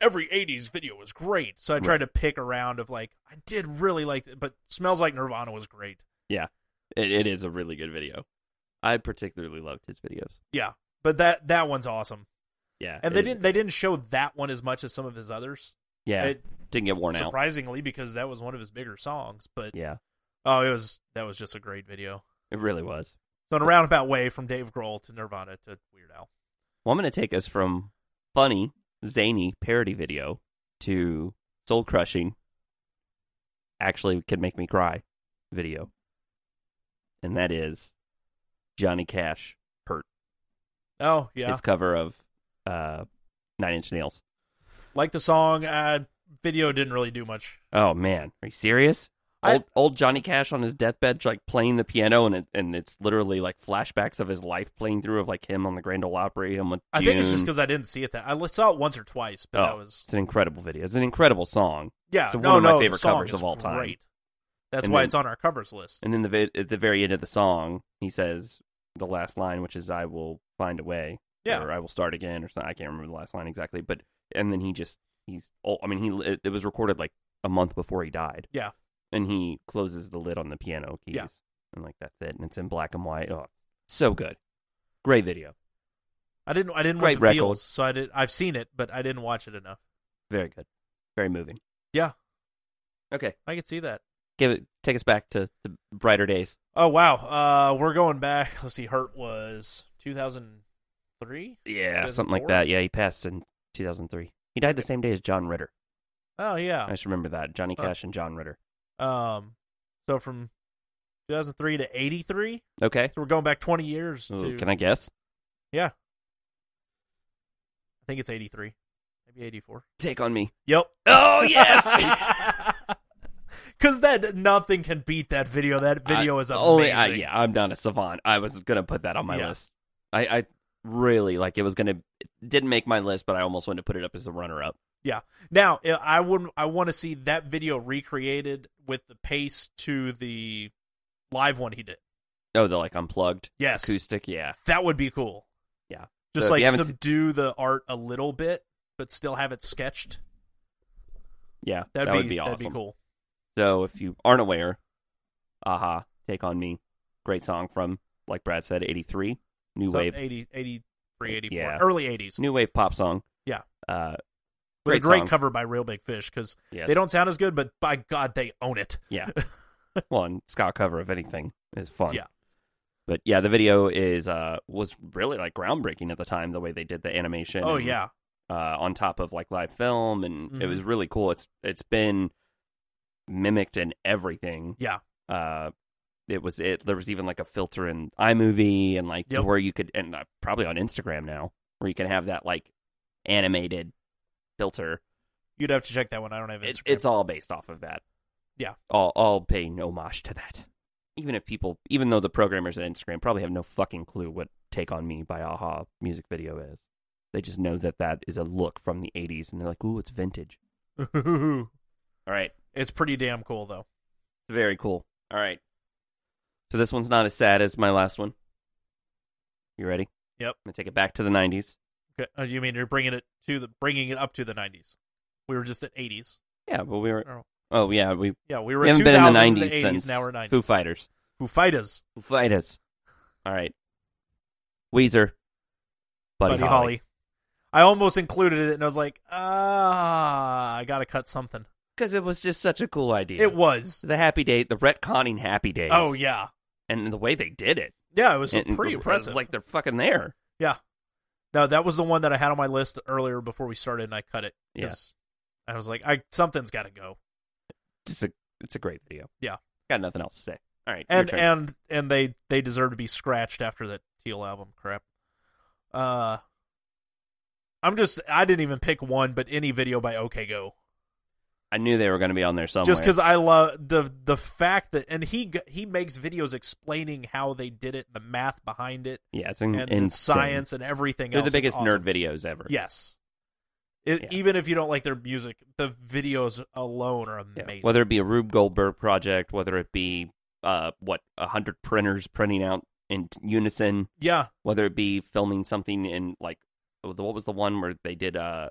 B: every '80s video was great. So I tried to pick around of like I did really like, it, but smells like Nirvana was great.
A: It, it is a really good video. I particularly loved his videos.
B: But that that one's awesome.
A: Yeah,
B: And
A: it
B: they
A: is-
B: didn't they didn't show that one as much as some of his others.
A: Yeah,
B: It-
A: didn't get worn out.
B: surprisingly, because that was one of his bigger songs. But
A: Yeah,
B: oh, it was that was just a great video.
A: it really was.
B: So in a roundabout way, from Dave Grohl to Nirvana to Weird Al.
A: Well, I'm going to take us from funny, zany parody video to soul crushing, actually can make me cry video, and that is Johnny Cash hurt
B: Oh yeah,
A: his cover of uh, Nine Inch Nails.
B: like the song. Uh, video didn't really do much.
A: Oh man, are you serious?
B: I-
A: Old, old Johnny Cash on his deathbed, like playing the piano, and it, and it's literally like flashbacks of his life playing through of like him on the Grand Ole Opry. Him with
B: I think it's just
A: June.
B: because I didn't see it that I li- saw it once or twice, but
A: Oh.
B: that was
A: it's an incredible video. It's an incredible song.
B: yeah.
A: It's
B: no,
A: one of my
B: no, the
A: favorite
B: song
A: covers
B: is
A: of all time.
B: Great. That's
A: And
B: why
A: then-
B: it's on our covers list.
A: And then the vi- at the very end of the song, he says the last line, which is "I will find a way,"
B: Yeah.
A: or "I will start again," or something. I can't remember the last line exactly, but and then he just he's oh, I mean he it, it was recorded like a month before he died.
B: Yeah.
A: and he closes the lid on the piano keys,
B: Yeah.
A: and like that's it, and it's in black and white. Oh, so good, great video,
B: I didn't. I didn't
A: Great record.
B: watch the Feels, so I did. I've seen it, but I didn't watch it enough.
A: very good, very moving.
B: Yeah.
A: Okay,
B: I could see that.
A: give it. Take us back to the brighter days.
B: Oh wow, uh, we're going back. Let's see. Hurt was 2003.
A: Yeah, something like
B: 2004?
A: that. Yeah, he passed in 2003. He died the same day as John Ritter.
B: Oh
A: I
B: yeah.
A: just remember that Johnny
B: Huh.
A: Cash and John Ritter.
B: Um, so from 2003 to 83.
A: Okay.
B: So we're going back 20 years.
A: Ooh,
B: to,
A: can I guess?
B: I think it's 83, maybe 84.
A: Take on me.
B: Yep.
A: Oh
B: Because that nothing can beat that video. That video is amazing.
A: Only I, yeah, I'm not a savant. I was gonna put that on my
B: Yeah.
A: list. I, I really like it was gonna it didn't make my list, but I almost wanted to put it up as a runner up.
B: Now I- I would I want to see that video recreated with the pace to the live one he did.
A: Oh, the like unplugged
B: Yes,
A: acoustic, yeah.
B: that would be cool.
A: Yeah. So
B: just
A: if
B: like
A: you haven't
B: subdue the art a little bit, but still have it sketched.
A: Yeah.
B: That'd
A: that
B: be,
A: would be awesome.
B: That'd be cool.
A: So if you aren't aware, aha, take on me. Great song from like Brad said, 83, new
B: So eh,
A: wave,
B: 80, 83, 84,
A: Yeah.
B: early 80s.
A: new wave pop song.
B: Yeah.
A: Uh,
B: with a
A: great
B: great
A: song.
B: cover by Real Big Fish because
A: yes.
B: they don't sound as good, but by God, they own it.
A: Yeah. well, and Scott cover of anything is fun.
B: Yeah.
A: But yeah, the video is uh was really like groundbreaking at the time the way they did the animation.
B: oh
A: and,
B: yeah,
A: Uh, on top of like live film, and it
B: Mhm.
A: was really cool. It's it's been mimicked in everything.
B: Yeah.
A: Uh, it was it. There was even like a filter in iMovie and like to
B: Yep.
A: where you could and uh, probably on Instagram now where you can have that like animated filter
B: you'd have to check that one. I don't have Instagram.
A: it, it's all based off of that.
B: Yeah.
A: All all paying homage to that. Even if people even though the programmers at Instagram probably have no fucking clue what Take On Me by Aha music video is. They just know that that is a look from the 80s and they're like, "Ooh, it's vintage." All right.
B: it's pretty damn cool though.
A: Very cool. All right. So this one's not as sad as my last one. You ready?
B: Yep.
A: I'm going to take it back to the 90s.
B: Okay. Uh, you mean you're bringing it to the bringing it up to the 90s? We were just at 80s.
A: Yeah, but we were
B: Oh.
A: Oh, yeah, we,
B: Yeah, we were
A: we
B: at
A: haven't
B: 2000s
A: been in the
B: to
A: 90s
B: 80s.
A: since
B: now we're 90s.
A: Foo Fighters.
B: Foo Fighters,
A: Foo Fighters. All right. Weezer. Buddy, Holly.
B: I almost included it, and I was like, ah, I gotta cut something.
A: Because it was just such a cool idea.
B: It was.
A: The happy day, the retconning happy days.
B: Oh yeah,
A: And the way they did it.
B: yeah. It was
A: And-
B: pretty
A: it's
B: impressive.
A: Like they're fucking there.
B: No, that was the one that I had on my list earlier before we started, and I cut it. 'cause I was like, I something's got to go,
A: It's a, it's a great video.
B: Yeah.
A: Got nothing else to say. All right. your
B: and
A: turn.
B: and and they they deserve to be scratched after that teal album crap. Uh, I'm just I didn't even pick one, but any video by OK Go,
A: I knew they were going to be on there somewhere.
B: just because I love the the fact that and he g- he makes videos explaining how they did it, the math behind it,
A: Yeah, it's in,
B: and the
A: Mm, insane.
B: science and everything.
A: They're
B: else.
A: the
B: It's
A: biggest
B: awesome.
A: nerd videos ever.
B: Yes. It,
A: Yeah.
B: Even if you don't like their music, the videos alone are
A: Yeah.
B: amazing.
A: Whether it be a Rube Goldberg project, whether it be, uh, what, a 100 printers printing out in unison.
B: yeah,
A: whether it be filming something in like what was the one where they did uh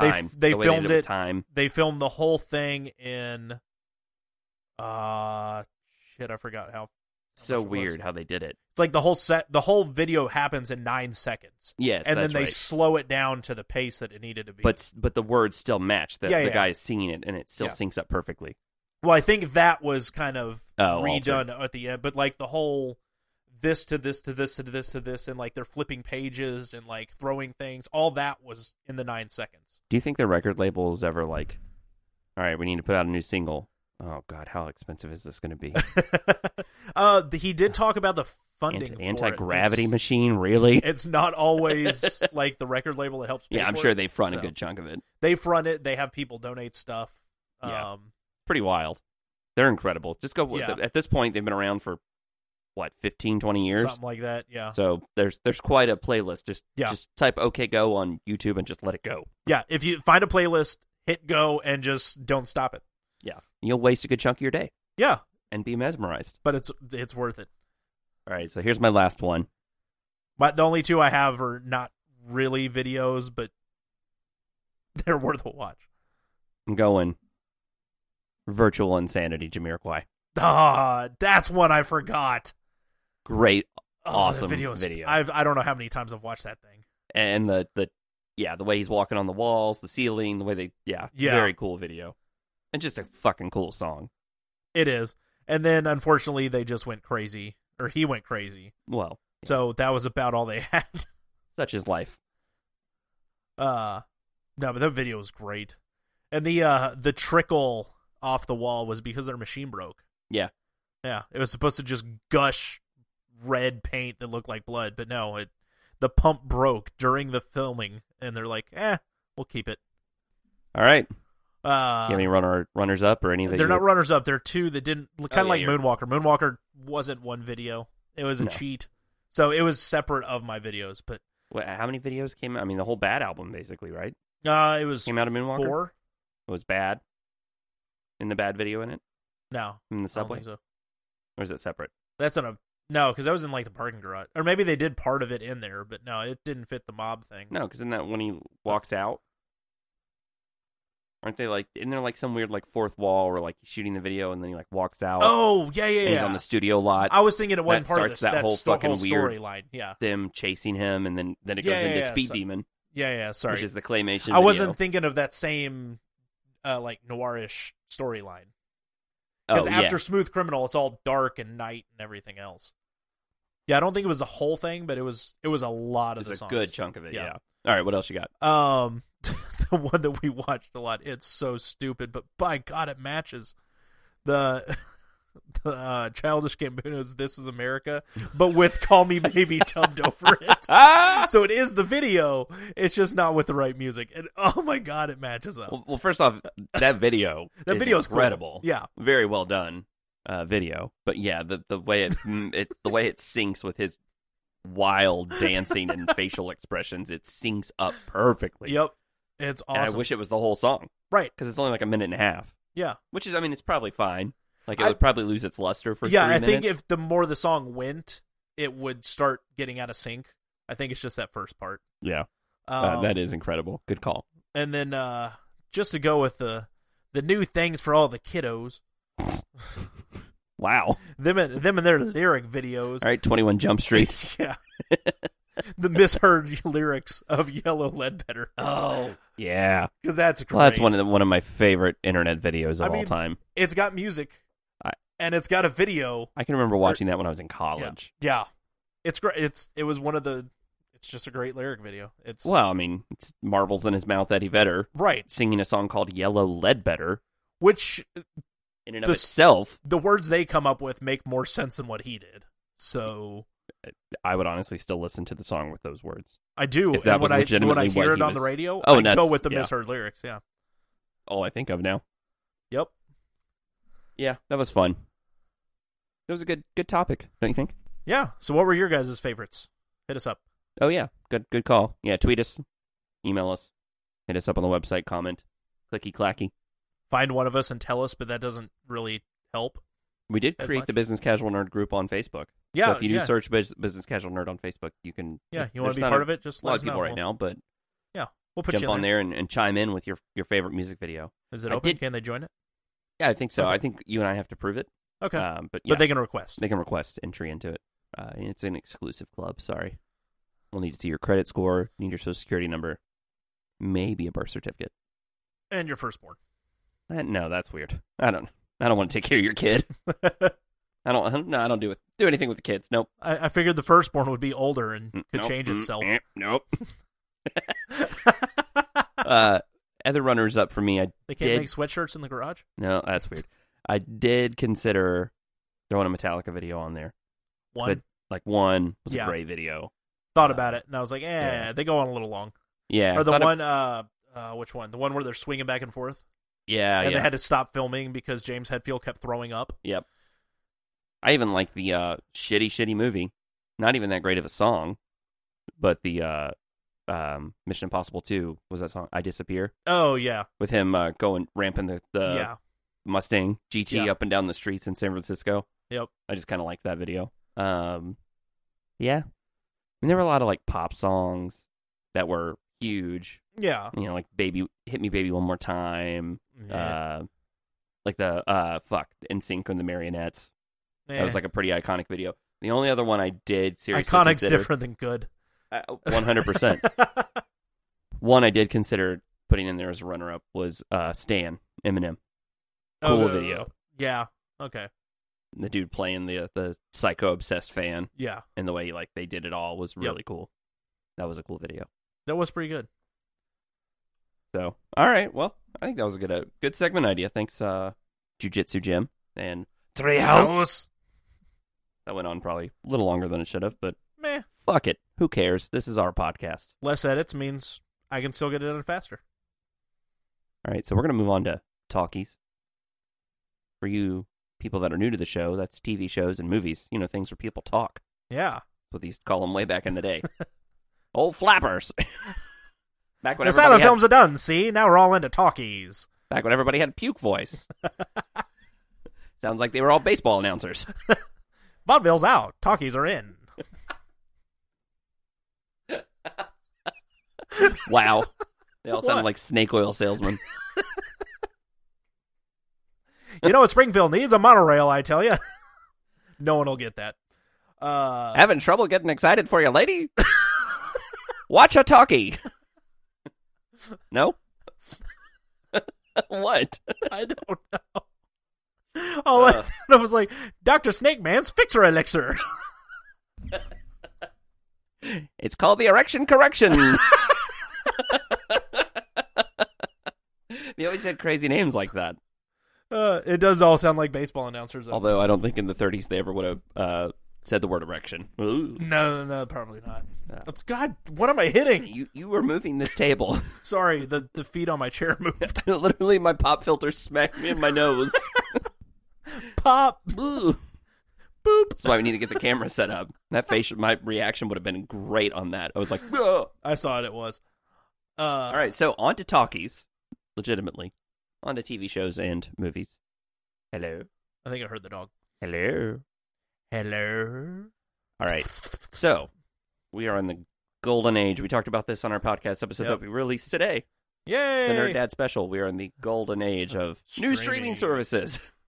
B: They f-
A: time
B: they
A: the way
B: filmed
A: did with
B: it-
A: time
B: they filmed the whole thing in. Uh, shit, I forgot how.
A: so
B: much it was.
A: weird how they did it
B: It's like the whole set, the whole video happens in nine seconds,
A: yes
B: and then
A: that's
B: they
A: right.
B: slow it down to the pace that it needed to be.
A: but s- but the words still match the,
B: Yeah,
A: the
B: yeah.
A: guy is singing it and it still
B: Yeah.
A: syncs up perfectly
B: well, I think that was kind of
A: Oh,
B: redone at the end. But like the whole this to this to this to this to this, and like they're flipping pages and like throwing things. All that was in the nine seconds.
A: do you think the record label is ever like all right we need to put out a new single oh god how expensive is this going to be
B: uh, the- he did talk about the funding. for it.
A: anti gravity
B: It's-
A: machine really
B: It's not always like the record label that helps. Pay
A: yeah i'm
B: for
A: sure
B: it.
A: they front a
B: so.
A: good chunk of it
B: they front it. They have people donate stuff.
A: Yeah.
B: Um,
A: pretty wild they're incredible just go with
B: Yeah.
A: the- at this point they've been around for what 15 20 years
B: something like that. Yeah,
A: So there's there's quite a playlist. Just
B: Yeah.
A: just type OK Go on YouTube and just let it go.
B: yeah. If you find a playlist, hit go and just don't stop it.
A: Yeah, you'll waste a good chunk of your day
B: Yeah,
A: and be mesmerized.
B: but it's it's worth it.
A: All right, so here's my last one.
B: But the only two I have are not really videos, but they're worth a watch.
A: I'm going Virtual Insanity, Jamiroquai.
B: Ah, that's one I forgot.
A: Great,
B: Oh, that
A: Awesome
B: video. is-
A: video.
B: I've I don't know how many times I've watched that thing.
A: and the the yeah the way he's walking on the walls, the ceiling, the way they yeah
B: Yeah.
A: very cool video, and just a fucking cool song.
B: It is. And then unfortunately they just went crazy. Or he went crazy.
A: Well,
B: So that was about all they had.
A: such is life.
B: Uh no, but that video was great. And the uh the trickle off the wall was because their machine broke.
A: Yeah.
B: Yeah. It was supposed to just gush red paint that looked like blood, but no, it the pump broke during the filming and they're like, eh, we'll keep it.
A: All right,
B: Uh
A: you have any runner runners up or anything?
B: they're not runners up. They're two that didn't kind
A: Oh, yeah,
B: of like
A: you're-
B: Moonwalker. Moonwalker wasn't one video. It was a
A: No.
B: cheat. So it was separate of my videos, but
A: How many videos came? out? I mean, the whole Bad album basically, right?
B: uh it was
A: Came out of Moonwalker.
B: four.
A: It was bad. In the bad video in it?
B: No.
A: In the
B: I don't
A: subway?
B: think so.
A: Or is it separate?
B: That's on a no, because that was in like the parking garage, or maybe they did part of it in there, but Mm. no, it didn't fit the mob thing.
A: No, because isn't that when he walks out? Aren't they like? Isn't there like some weird like fourth wall where like he's shooting the video and then he like walks out
B: Oh yeah, yeah,
A: and
B: yeah.
A: he's on the studio lot.
B: I was thinking it wasn't
A: that
B: part of
A: starts
B: this.
A: that
B: That's
A: whole
B: the
A: fucking weird-
B: storyline. Yeah,
A: them chasing him and then then it
B: Yeah,
A: goes
B: yeah,
A: into
B: yeah,
A: Speed
B: so-
A: Demon,
B: yeah, yeah. Sorry,
A: which is the claymation.
B: I wasn't
A: video.
B: thinking of that same uh, like noirish storyline
A: Oh
B: because
A: yeah.
B: after Smooth Criminal, it's all dark and night and everything else. Yeah, I don't think it was the whole thing, but it was it was a lot of
A: It's
B: the
A: a
B: songs.
A: good chunk of it.
B: Yeah.
A: Yeah. All right. What else you got?
B: Um, the one that we watched a lot. It's so stupid, but by God, it matches the the uh, childish Gambino's "This Is America," but with "Call Me Maybe" dubbed over it.
A: Ah.
B: So it is the video. It's just not with the right music. And oh my God, it matches up.
A: Well, well, first off, that video.
B: That
A: is
B: video is cool.
A: incredible.
B: Yeah,
A: Very well done. Uh, video, but yeah, the the way it mm, it the way it syncs with his wild dancing and facial expressions, it syncs up perfectly.
B: yep, it's awesome.
A: And I wish it was the whole song
B: right?
A: because it's only like a minute and a half,
B: Yeah,
A: which is, I mean, it's probably fine. Like it
B: I-
A: would probably lose its luster for
B: yeah.
A: Three
B: I think
A: minutes.
B: if the more the song went, it would start getting out of sync. I think it's just that first part.
A: yeah,
B: Um,
A: uh, that is incredible. Good call.
B: and then uh just to go with the the new things for all the kiddos
A: Wow.
B: them and them and their lyric videos
A: All right, Twenty One Jump Street.
B: yeah the misheard lyrics of yellow leadbetter
A: Oh, yeah.
B: because that's great.
A: Well, that's one of the, one of my favorite internet videos of
B: I
A: all
B: mean-
A: time.
B: it's got music
A: I-
B: and it's got a video
A: I can remember watching that when I was in college.
B: yeah it's great it's it was one of the it's just a great lyric video it's
A: Well, I mean, it's marbles in his mouth, Eddie Vedder
B: right
A: singing a song called "Yellow Leadbetter"
B: which
A: in and of
B: The s-
A: itself.
B: the words they come up with make more sense than what he did so
A: I would honestly still listen to the song with those words.
B: I do.
A: If that
B: and
A: was
B: when I when
A: legitimately
B: I
A: what
B: hear it
A: he
B: on the
A: was-
B: radio,
A: Oh,
B: I
A: and
B: go
A: that's-
B: with the
A: yeah.
B: misheard lyrics. Yeah.
A: All I think of now.
B: Yep.
A: Yeah, that was fun. That was a good good topic, don't you think?
B: Yeah. So what were your guys' favorites? Hit us up.
A: Oh yeah, good good call. Yeah, tweet us, email us, hit us up on the website, comment, clicky clacky.
B: Find one of us and tell us, but that doesn't really help.
A: We did
B: As
A: create
B: much.
A: the Business Casual Nerd group on Facebook.
B: Yeah.
A: so if you do
B: yeah.
A: search Bus- Business Casual Nerd on Facebook, you can.
B: yeah, you
A: there's
B: want to be
A: not
B: part
A: a,
B: of it? Just
A: A
B: let
A: lot
B: us
A: of people
B: know.
A: right now, but
B: We'll put
A: jump
B: you in
A: on there and, and chime in with your, your favorite music video.
B: Is it
A: I
B: open?
A: did-
B: Can they join it?
A: Yeah, I think so.
B: Okay.
A: I think you and I have to prove it.
B: Okay.
A: Um, but yeah,
B: But they can request.
A: they can request entry into it. Uh, and it's an exclusive club. Sorry, we'll need to see your credit score, need your social security number, maybe a birth certificate.
B: And your firstborn.
A: Uh, no, that's weird. I don't. I don't want to take care of your kid.
B: I,
A: I don't. I don't- No, I don't do it. Do anything with the kids. Nope.
B: I figured the firstborn would be older and
A: Mm,
B: could
A: nope.
B: change
A: Mm,
B: itself.
A: eh, Nope. uh, other runners up for me. I
B: they can't
A: Did-
B: make sweatshirts in the garage?
A: no, that's weird. I did consider throwing a Metallica video on there.
B: One.
A: But- Like one was
B: Yeah.
A: a great video.
B: Thought
A: uh,
B: about it, and I was like, eh,
A: yeah.
B: they go on a little long.
A: Yeah.
B: or the
A: thought it-
B: one, uh, uh, which one? The one where they're swinging back and forth?
A: yeah.
B: and
A: Oh, yeah.
B: they had to stop filming because James Hetfield kept throwing up.
A: I even like the uh, shitty, shitty movie. Not even that great of a song, but the uh, um, Mission Impossible Two was that song. I disappear
B: Oh yeah,
A: with him uh, going ramping the, the
B: yeah,
A: Mustang GT
B: Yeah.
A: up and down the streets in San Francisco.
B: Yep.
A: I just kind of liked that video. Um, yeah. I mean, there were a lot of like pop songs that were huge.
B: yeah.
A: You know, like "Baby Hit Me, Baby One More Time."
B: Eh,
A: Uh, like the uh, fuck in sync and the Marionettes. That was
B: eh.
A: like a pretty iconic video. The only other one I did seriously
B: iconic's
A: consider, Uh,
B: different than good.
A: One hundred percent. One I did consider putting in there as a runner-up was uh, Stan Eminem. Cool
B: Oh,
A: video.
B: Yeah. Okay.
A: The dude playing the the psycho obsessed fan
B: Yeah,
A: and the way like they did it all was
B: Yep.
A: really cool. That was a cool video.
B: that was pretty good.
A: So, all right. Well, I think that was a good uh, good segment idea. Thanks, uh, Jujitsu Jim and Three That went on probably a little longer than it should have, but
B: Meh.
A: fuck it. Who cares? This is our podcast.
B: Less edits means I can still get it done faster.
A: All right. So we're gonna move on to talkies. For you people that are new to the show, that's TV shows and movies. You know, things where people talk.
B: Yeah.
A: That's what these call them way back in the day. Old flappers. back when
B: the
A: everybody
B: silent
A: had
B: films are done. See, now we're all into talkies.
A: Back when everybody had puke voice. Sounds like they were all baseball announcers.
B: Vaudeville's out. Talkies are in.
A: Wow. They all sound
B: What?
A: like snake oil salesmen.
B: you know what Springfield needs? A monorail, I tell you. no one will get that. Uh,
A: Having trouble getting excited for you, lady? Watch a talkie. no? what?
B: I don't know. All I
A: Uh.
B: thought was like, Dr. Snake Man's Fixer Elixir.
A: It's called the erection correction. they always had crazy names like that.
B: Uh, it does all sound like baseball announcers. though.
A: Although I don't think in the 30s they ever would have uh, said the word erection. Ooh.
B: No, no, no, probably not. Oh,
A: Uh.
B: God, what am I hitting?
A: You you were moving this table.
B: Sorry, the, the feet on my chair moved.
A: Literally, my pop filter smacked me in my nose.
B: Pop,
A: Ooh.
B: boop.
A: That's why we need to get the camera set up. That facial, my reaction would have been great on that. I was like, "Ugh."
B: I saw it, it was. Uh,
A: all right. So on to talkies, legitimately, on to TV shows and movies. Hello,
B: I think I heard the dog.
A: hello.
B: Hello.
A: All right. So we are in the golden age. We talked about this on our podcast episode
B: Yep.
A: that we released today, the Nerd
B: Yay.
A: Dad Special. We are in the golden age of new
B: Streaming.
A: streaming services.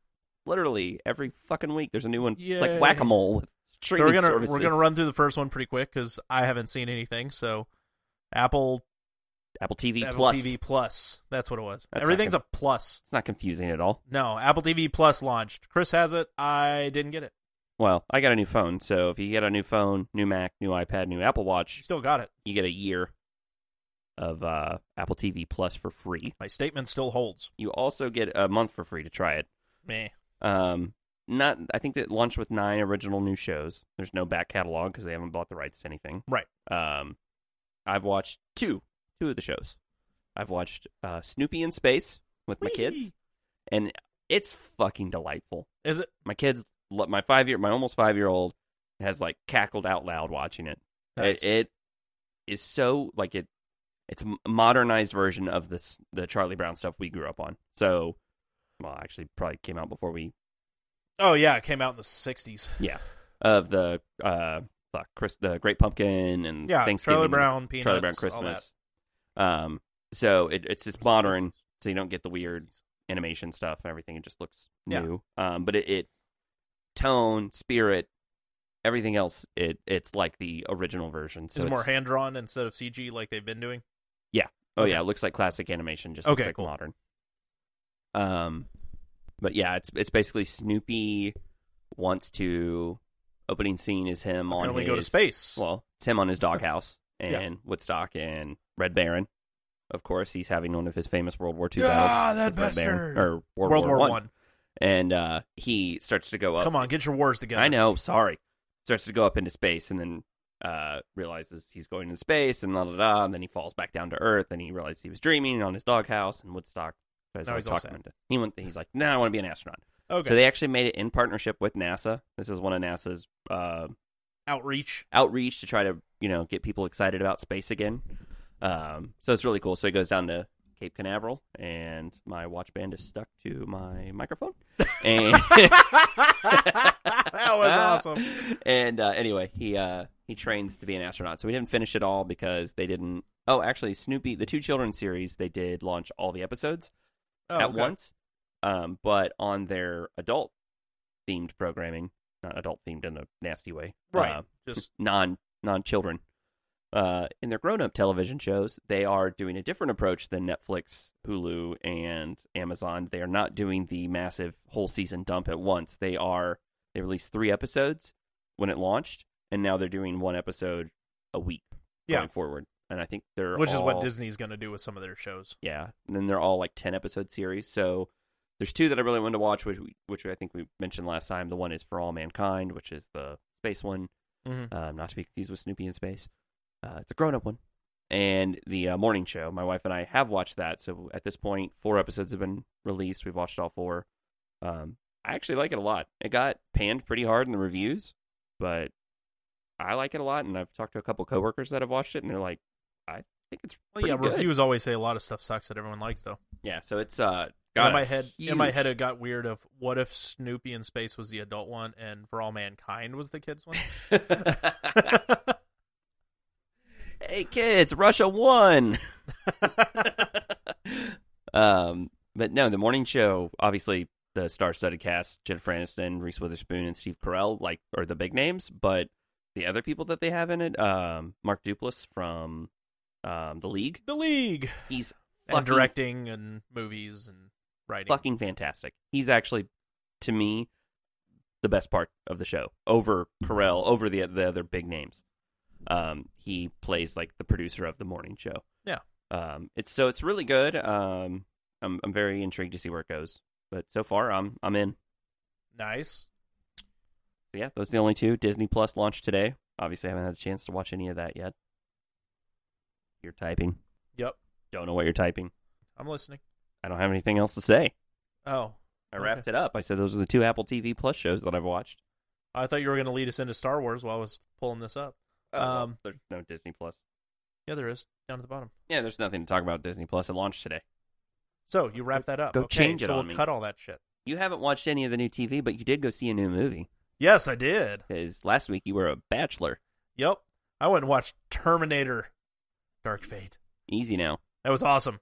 A: Literally every fucking week, there's a new one. It's
B: Yay.
A: like whack a mole with
B: So
A: streaming
B: we're gonna
A: services.
B: we're gonna run through the first one pretty quick because I haven't seen anything. So Apple
A: Apple TV
B: Apple
A: Plus.
B: TV Plus. That's what it was.
A: That's
B: Everything's
A: not
B: a plus.
A: It's not confusing at all.
B: No, Apple TV Plus launched. Chris has it. I didn't get it.
A: Well, I got a new phone, so if you get a new phone, new Mac, new iPad, new Apple
B: She
A: Watch,
B: still got it.
A: you get a year of uh, Apple TV Plus for free.
B: My statement still holds.
A: You also get a month for free to try it.
B: Meh.
A: Um, not, I think that launched with nine original new shows. There's no back catalog because they haven't bought the rights to anything.
B: Right.
A: Um, I've watched two, two of the shows. I've watched uh, Snoopy in Space with my
B: Whee!
A: kids, and it's fucking delightful.
B: Is it?
A: my kids lo- my five year my almost five year old has like cackled out loud watching it.
B: Nice.
A: it it is so like it it's a modernized version of this the charlie brown stuff we grew up on so well actually probably came out before we
B: oh yeah, it came out in the '60s.
A: of the uh fuck chris the great pumpkin and
B: Yeah,
A: thanksgiving
B: Charlie
A: and
B: Brown, Peanuts,
A: charlie brown
B: all that.
A: christmas um so it, it's
B: It
A: just
B: was
A: modern
B: 50s.
A: so you don't get the weird animation stuff and everything. It just looks
B: Yeah.
A: new. Um, but it, it tone, spirit, everything else, it it's like the original version. So
B: It's more
A: it's-
B: hand drawn instead of CG like they've been doing.
A: Oh
B: okay.
A: yeah, it looks like classic animation. Just
B: Okay,
A: looks like
B: cool.
A: modern. Um, but yeah, it's it's basically Snoopy wants to. Opening scene is him on
B: Apparently
A: his
B: go to space.
A: well, it's him on his doghouse and
B: Yeah.
A: Woodstock and Red Baron. Of course, he's having one of his famous World War II
B: Ah,
A: battles
B: that
A: with Red Baron,
B: bastard.
A: or World,
B: World War
A: One.
B: One.
A: and uh, he starts to go up.
B: Come on, get your wars together.
A: I know. Sorry, starts to go up into space, and then uh, realizes he's going into space, and da da da. And then he falls back down to Earth, and he realizes he was dreaming on his doghouse, and Woodstock tries
B: Now
A: to
B: he's all
A: talk
B: sad.
A: him into. He went, he's like, "No, nah, I want to be an astronaut."
B: Okay.
A: So they actually made it in partnership with NASA. This is one of NASA's uh,
B: Outreach.
A: outreach to try to you know get people excited about space again. Um, so it's really cool. So he goes down to Cape Canaveral, and my watch band is stuck to my microphone. And
B: that was awesome.
A: And uh, anyway, he uh, he trains to be an astronaut. So we didn't finish it all because they didn't. Oh, actually, Snoopy, the two children series, they did launch all the episodes
B: Oh,
A: at
B: okay.
A: once. Um, but on their adult themed programming, not adult themed in a nasty way,
B: Right.
A: uh,
B: Just
A: non non children uh, in their grown up television shows, they are doing a different approach than Netflix, Hulu, and Amazon. They are not doing the massive whole season dump at once. They are they released three episodes when it launched, and now they're doing one episode a week
B: Yeah.
A: going forward. And I think they're
B: which is what
A: all-
B: Disney's going to do with some of their shows.
A: yeah. And then they're all like ten episode series. So there's two that I really wanted to watch, which we, which I think we mentioned last time. The one is For All Mankind, which is the space one,
B: Mhm.
A: um, not to be confused with Snoopy in Space. Uh, it's a grown up one, and the uh, morning show. My wife and I have watched that. So at this point, four episodes have been released. We've watched all four. Um, I actually like it a lot. It got panned pretty hard in the reviews, but I like it a lot. And I've talked to a couple coworkers that have watched it, and they're like, "I think it's
B: Well, yeah,
A: pretty good."
B: reviews always say a lot of stuff sucks that everyone likes though.
A: Yeah, so it's uh
B: in my head, in my
A: huge-
B: head, it got weird. Of what if Snoopy in space was the adult one, and For All Mankind was the kids one?
A: hey kids, Russia won. um, but no, the morning show obviously the star-studded cast, Jennifer Aniston, Reese Witherspoon, and Steve Carell, like are the big names. But the other people that they have in it, um, Mark Duplass from um, The League,
B: The League
A: he's
B: and
A: fucking
B: directing and movies and writing.
A: fucking fantastic. He's actually, to me, the best part of the show over Carell, over the the other big names. Um, he plays like the producer of the morning show.
B: Yeah.
A: Um, it's so it's really good. Um, I'm I'm very intrigued to see where it goes. But so far, I'm I'm in.
B: Nice.
A: But yeah, those are the only two. Disney Plus launched today. Obviously, I haven't had a chance to watch any of that yet. You're typing.
B: Yep.
A: Don't know what you're typing.
B: I'm listening.
A: I don't have anything else to say.
B: Oh,
A: I
B: Okay.
A: wrapped it up. I said those are the two Apple TV Plus shows that I've watched.
B: I thought you were going to lead us into Star Wars while I was pulling this up.
A: Oh, well,
B: Um,
A: there's no Disney Plus.
B: Yeah, there is down at the bottom.
A: Yeah, there's nothing to talk about Disney Plus. It launched today.
B: So you wrap that up.
A: Go
B: okay,
A: change it
B: so
A: on
B: we'll
A: me.
B: cut all that shit.
A: You haven't watched any of the new TV, but you did go see a new movie
B: Yes, I did.
A: because last week you were a bachelor.
B: Yep. I went and watched Terminator: Dark Fate.
A: Easy now.
B: That was awesome. I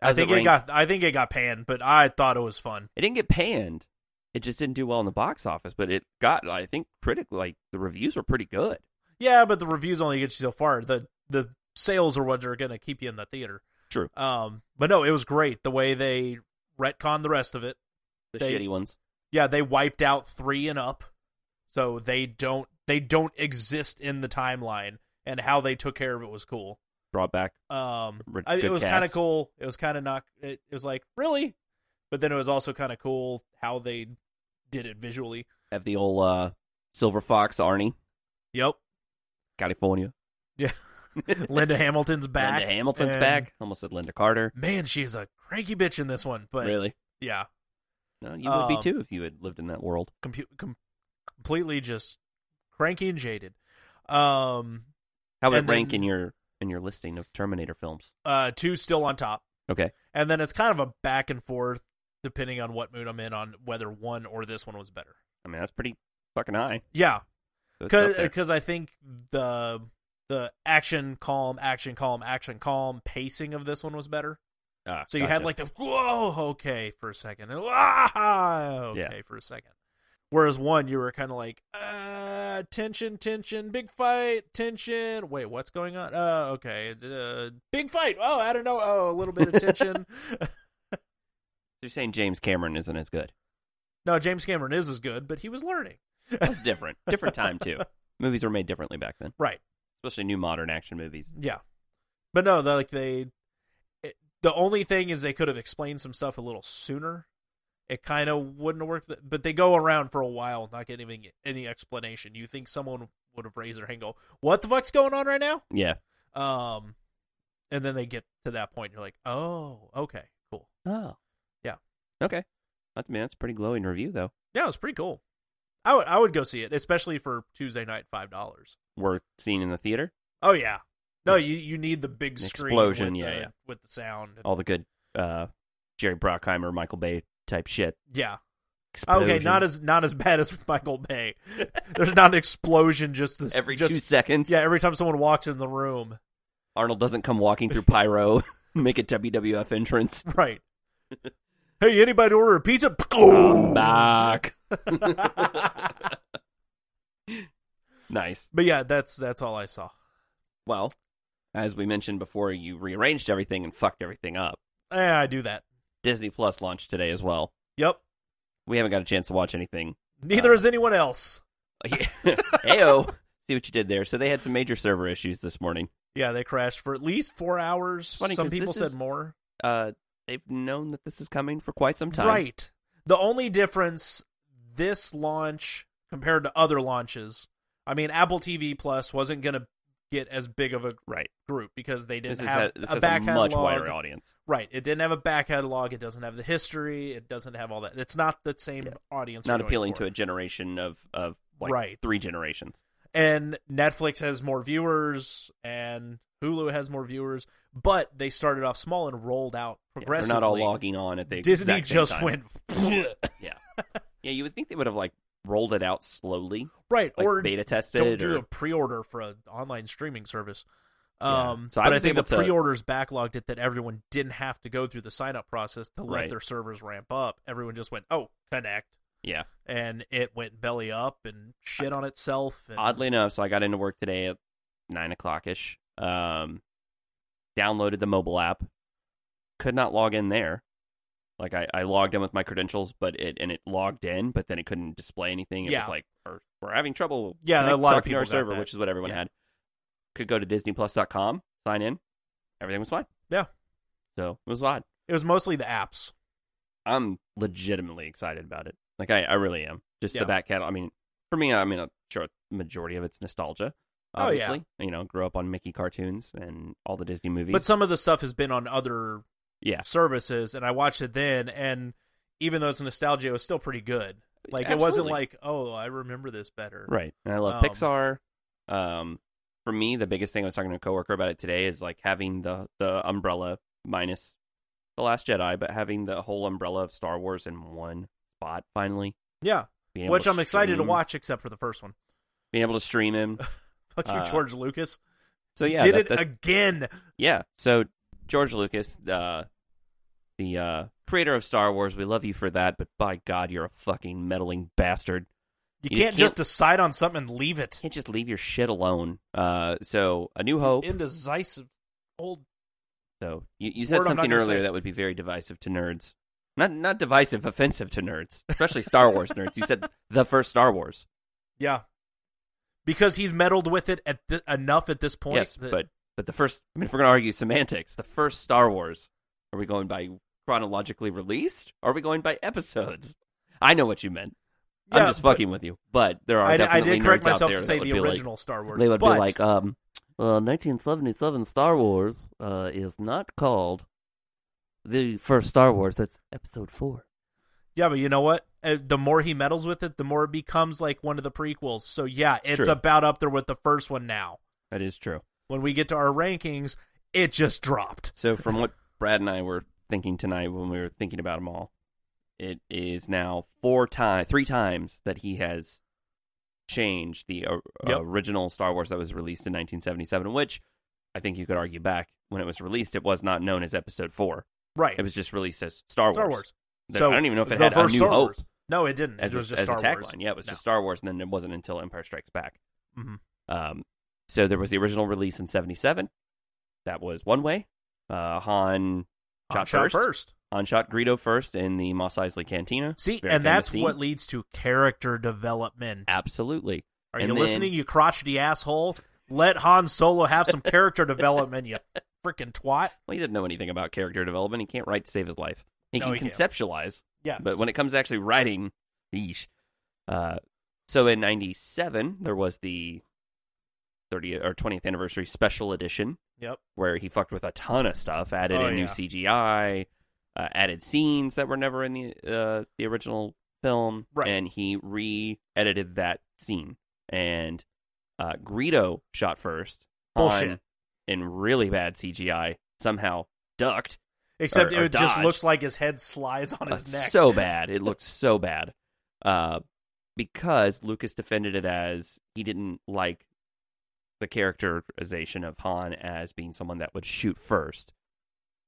A: How's
B: think
A: it
B: it,
A: rank?
B: got I think it got panned, but I thought it was fun.
A: It didn't get panned. It just didn't do well in the box office, but it got I think critically like the reviews were pretty good.
B: Yeah, but the reviews only get you so far. The the sales are what are going to keep you in the theater.
A: True.
B: Um, but no, it was great the way they retconned the rest of it.
A: The
B: They-
A: shitty ones.
B: Yeah, they wiped out three and up, so they don't they don't exist in the timeline. And how they took care of it was cool.
A: Brought back.
B: Um,
A: Re-
B: I, it
A: good
B: was kind of
A: cast.
B: cool. It was kind of not. It, it was like really, but then it was also kind of cool how they did it visually.
A: Have the old uh, Silver Fox Arnie,
B: Yep.
A: California.
B: Yeah. Linda Hamilton's back.
A: Linda Hamilton's
B: and-
A: back. Almost said Linda Carter.
B: Man, she is a cranky bitch in this one. But
A: really?
B: yeah,
A: No, you would be
B: um,
A: too if you had lived in that world.
B: compu com- completely just cranky and jaded. Um,
A: How would it
B: and then-
A: rank in your in your listing of Terminator films?
B: uh, two still on top,
A: Okay.
B: and then it's kind of a back and forth depending on what mood I'm in on whether one or this one was better.
A: I mean, that's pretty fucking high.
B: Yeah,
A: So it's up there.
B: because I think the the action calm, action calm, action calm pacing of this one was better.
A: Ah,
B: So you had
A: gotcha.
B: like the whoa okay for a second and ah okay
A: Yeah.
B: for a second. Whereas one you were kind of like uh tension tension big fight tension wait what's going on uh okay uh, big fight oh I don't know oh a little bit of tension
A: you're saying James Cameron isn't as good.
B: no James Cameron is as good but he was learning
A: That's different. different time too. Movies were made differently back then,
B: right
A: especially new modern action movies.
B: Yeah, but no, the, like they. It, the only thing is they could have explained some stuff a little sooner. It kind of wouldn't have worked, th- but they go around for a while not getting any, any explanation. You think someone would have raised their hand, and go, "What the fuck's going on right now?"
A: Yeah.
B: Um, and then they get to that point, and you're like, "Oh, okay, cool."
A: Oh.
B: Yeah.
A: Okay. That's man, that's a pretty glowing review though.
B: Yeah, it was pretty cool. I would I would go see it, especially for Tuesday night five dollars.
A: Worth seeing in the theater.
B: Oh yeah, no,
A: Yeah.
B: you you need the big
A: An
B: screen
A: explosion,
B: with
A: yeah,
B: the,
A: yeah.
B: with the sound. and-
A: All the good uh, Jerry Brockheimer, Michael Bay type shit.
B: Yeah, Okay, not
A: Explosions
B: as not as bad as Michael Bay. There's not an explosion just this
A: every
B: just,
A: two seconds.
B: Yeah, every time someone walks in the room,
A: Arnold doesn't come walking through pyro, make a WWF entrance.
B: right? hey, anybody order a pizza?
A: Come back. nice.
B: But yeah, that's that's all I saw.
A: Well, as we mentioned before, you rearranged everything and fucked everything up.
B: Eh, I do that.
A: Disney Plus launched today as well.
B: Yep.
A: We haven't got a chance to watch anything.
B: Neither
A: Uh,
B: is anyone else.
A: Heyo. See what you did there. So they had some major server issues this morning.
B: Yeah, they crashed for at least four hours.
A: funny
B: Some
A: 'cause
B: people
A: this
B: said
A: is
B: more.
A: Uh, they've known that this is coming for quite some time.
B: Right. The only difference this launch compared to other launches, I mean, Apple TV Plus wasn't going to get as big of a
A: Right.
B: group because they didn't
A: This, is
B: have
A: this
B: a
A: has
B: back
A: a much
B: catalog.
A: wider audience.
B: Right, it didn't have a back catalog. It doesn't have the history. It doesn't have all that. It's not the same
A: Yeah.
B: audience.
A: It's not
B: we're going
A: appealing
B: for.
A: to a generation of, of like
B: Right.
A: three generations.
B: And Netflix has more viewers, and Hulu has more viewers, but they started off small and rolled out
A: Yeah, they're not
B: progressively.
A: all logging on at the
B: Disney
A: exact same
B: just
A: time.
B: went
A: Yeah, you would think they would have like rolled it out slowly,
B: right,
A: like
B: or
A: beta tested
B: don't do
A: or
B: a pre-order for an online streaming service. Um,
A: Yeah. So I
B: but I,
A: was
B: think the
A: able to-
B: pre-orders backlogged it that everyone didn't have to go through the sign-up process to let
A: Right.
B: their servers ramp up. Everyone just went, "Oh, connect,"
A: Yeah.
B: and it went belly up and shit on itself. And
A: Oddly enough, so I got into work today at nine o'clock ish. Um, downloaded the mobile app. Could not log in there. Like I, I logged in with my credentials, but it and it logged in, but then it couldn't display anything. It
B: Yeah.
A: was like we're, we're having trouble.
B: Yeah,
A: connect-
B: a lot of
A: talking to our
B: people got
A: server,
B: that.
A: which is what everyone
B: Yeah.
A: had. Could go to DisneyPlus.com, sign in. Everything was fine.
B: Yeah.
A: So it was odd.
B: it was mostly the apps.
A: I'm legitimately excited about it. Like I, I really am. Just
B: Yeah.
A: the back catalog. I mean, for me, I mean, I'm sure majority of it's nostalgia.
B: Oh, yeah.
A: Obviously, you know, grew up on Mickey cartoons and all the Disney movies.
B: But some of the stuff has been on other
A: yeah,
B: services, and I watched it then, and even though it's nostalgia, it was still pretty good. Like it wasn't
A: Absolutely.
B: like, "Oh, I remember this better."
A: right. And I love
B: Um,
A: Pixar. Um, for me, the biggest thing I was talking to a coworker about it today is like having the the umbrella minus the Last Jedi, but having the whole umbrella of Star Wars in one spot finally.
B: Yeah,
A: Being able
B: which I'm excited to
A: stream-
B: watch, except for the first one.
A: Being able to stream him.
B: Fuck you,
A: Uh,
B: George Lucas.
A: So yeah,
B: did
A: that-
B: it
A: that-
B: again.
A: Yeah. So George Lucas, uh, the uh, creator of Star Wars, we love you for that, but by God, you're a fucking meddling bastard.
B: You,
A: You
B: can't,
A: can't-
B: just decide on something and leave it.
A: Can't just leave your shit alone. Uh, so A New Hope.
B: Indecisive old.
A: So you, you said
B: Word I'm not
A: something
B: gonna
A: earlier
B: say.
A: that would be very divisive to nerds. Not not divisive, offensive to nerds, especially Star Wars nerds. You said the first Star Wars.
B: Yeah. Because he's meddled with it at th- enough at this point.
A: yes,
B: that-
A: but but the first. I mean, if we're gonna argue semantics, the first Star Wars. Are we going by chronologically released? Or are we going by episodes? I know what you meant.
B: Yeah,
A: I'm just fucking with you. But there are
B: I, I
A: definitely
B: did correct
A: nerds out
B: myself
A: there
B: to say
A: that
B: the
A: would be
B: original Star
A: Like,
B: Wars.
A: they would
B: but
A: be like, um, well, 1977 Star Wars uh, is not called the first Star Wars. That's Episode Four.
B: yeah, but you know what? Uh, the more he meddles with it, the more it becomes like one of the prequels. So yeah,
A: It's
B: it's,
A: true.
B: about up there with the first one now.
A: That is true.
B: When we get to our rankings, it just dropped.
A: So from what Brad and I were thinking tonight when we were thinking about them all, it is now four times, three times that he has changed the o-
B: Yep.
A: original Star Wars that was released in 1977, which I think you could argue back when it was released, it was not known as Episode Four.
B: Right.
A: It was just released as Star Wars.
B: Star Wars.
A: There-
B: So
A: I don't even know if it
B: the
A: had a
B: first
A: New
B: Star
A: Hope
B: Wars. No, it didn't.
A: as
B: it was
A: a,
B: just
A: as a
B: Star Wars.
A: tagline. Yeah, it was
B: No.
A: just Star Wars, and then it wasn't until Empire Strikes Back.
B: Mhm.
A: Um, so there was the original release in '77. That was one way. Uh, Han
B: Um,
A: shot
B: shot
A: first.
B: first.
A: Han shot Greedo first in the Mos Eisley Cantina.
B: See,
A: Very
B: and that's
A: famous scene.
B: what leads to character development.
A: absolutely.
B: Are
A: and
B: you
A: then-
B: listening, you crotchety asshole? Let Han Solo have some character development, you freaking twat.
A: Well, he didn't know anything about character development. He can't write to save his life. He
B: No,
A: can
B: he can't.
A: conceptualize,
B: Yes.
A: But when it comes to actually writing, yeesh. Uh, so in '97, there was the 30th or 20th anniversary special edition,
B: Yep.
A: where he fucked with a ton of stuff, added
B: Oh,
A: in new
B: yeah.
A: CGI, uh, added scenes that were never in the uh, the original film,
B: Right.
A: and he re-edited that scene. And uh, Greedo shot first, Han
B: Bullshit.
A: in really bad CGI. Somehow ducked
B: Except
A: or- or
B: it just
A: dodge.
B: looks like his head slides on
A: uh,
B: his neck.
A: so bad. It looked so bad. Uh, because Lucas defended it as he didn't like the characterization of Han as being someone that would shoot first,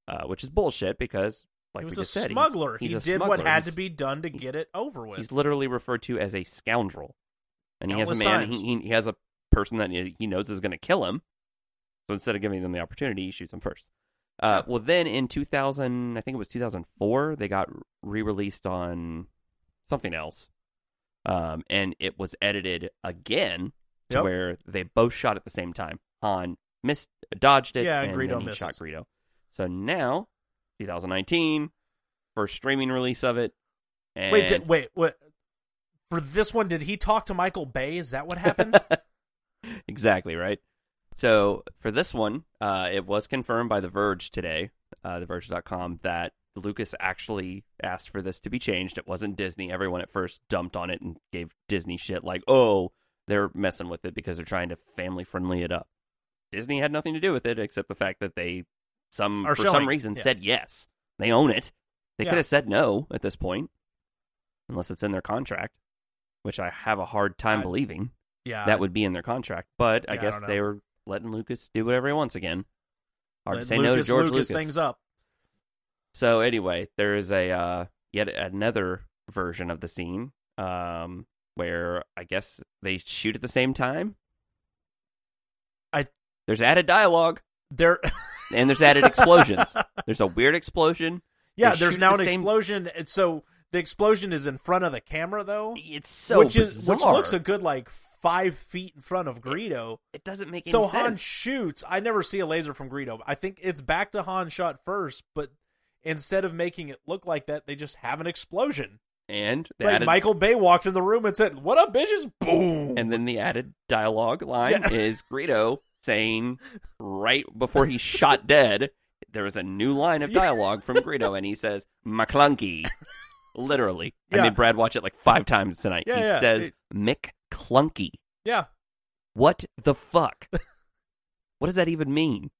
A: uh, which is bullshit because, like
B: he was
A: we
B: a
A: just said, he's-
B: smuggler.
A: He's,
B: he
A: a
B: did
A: smuggler.
B: what had
A: He's-
B: to be done to
A: he-
B: get it over with.
A: He's literally referred to as a scoundrel, and he has a
B: Countless
A: man.
B: times.
A: He, he he has a person that he he knows is going to kill him. So instead of giving them the opportunity, he shoots them first. Uh, Well, then in 2000, I think it was 2004, they got re-released on something else, um, and it was edited again to
B: Yep.
A: where they both shot at the same time. Han missed, dodged it,
B: Yeah, and Greedo
A: then he shot
B: misses.
A: Greedo. So now, 2019, first streaming release of it. And
B: Wait, did, wait, what? For this one, did he talk to Michael Bay? Is that what happened?
A: exactly right. So for this one, uh, it was confirmed by The Verge today, uh, TheVerge.com, that Lucas actually asked for this to be changed. It wasn't Disney. Everyone at first dumped on it and gave Disney shit like, "Oh, they're messing with it because they're trying to family friendly it up." Disney had nothing to do with it except the fact that they some
B: Are
A: for
B: showing
A: some
B: it,
A: reason
B: yeah.
A: said yes. They own it. They
B: Yeah.
A: could have said no at this point, unless it's in their contract, which I have a hard time
B: I-
A: believing
B: yeah.
A: that would be in their contract. But I
B: Uh, Yeah, I
A: guess
B: don't know.
A: they were letting Lucas do whatever he wants again. Hard
B: Let
A: to say no to George Lucas.
B: things up.
A: So anyway, there is a uh, yet another version of the scene um, where I guess they shoot at the same time.
B: I-
A: there's added dialogue
B: There,
A: and there's added explosions. There's a weird explosion.
B: yeah.
A: They
B: There's
A: shoot
B: now
A: the
B: an
A: same-
B: explosion, and so the explosion is in front of the camera, though,
A: It's so
B: which is which
A: bizarre.
B: looks a good like five feet in front of Greedo.
A: it doesn't make any
B: So
A: sense.
B: Han shoots. I never see a laser from Greedo. I think it's back to Han shot first, but instead of making it look like that, they just have an explosion.
A: and they
B: Like
A: added,
B: Michael Bay walked in the room and said, "What up, bitches?" Boom.
A: and then the added dialogue line
B: Yeah.
A: is Greedo saying right before he's shot dead, there was a new line of
B: Yeah.
A: dialogue from Greedo, and he says McClunky, literally. I
B: Yeah.
A: made Brad watch it like five times tonight.
B: Yeah,
A: he
B: yeah.
A: says
B: It-
A: McClunky.
B: yeah,
A: What the fuck? what does that even mean?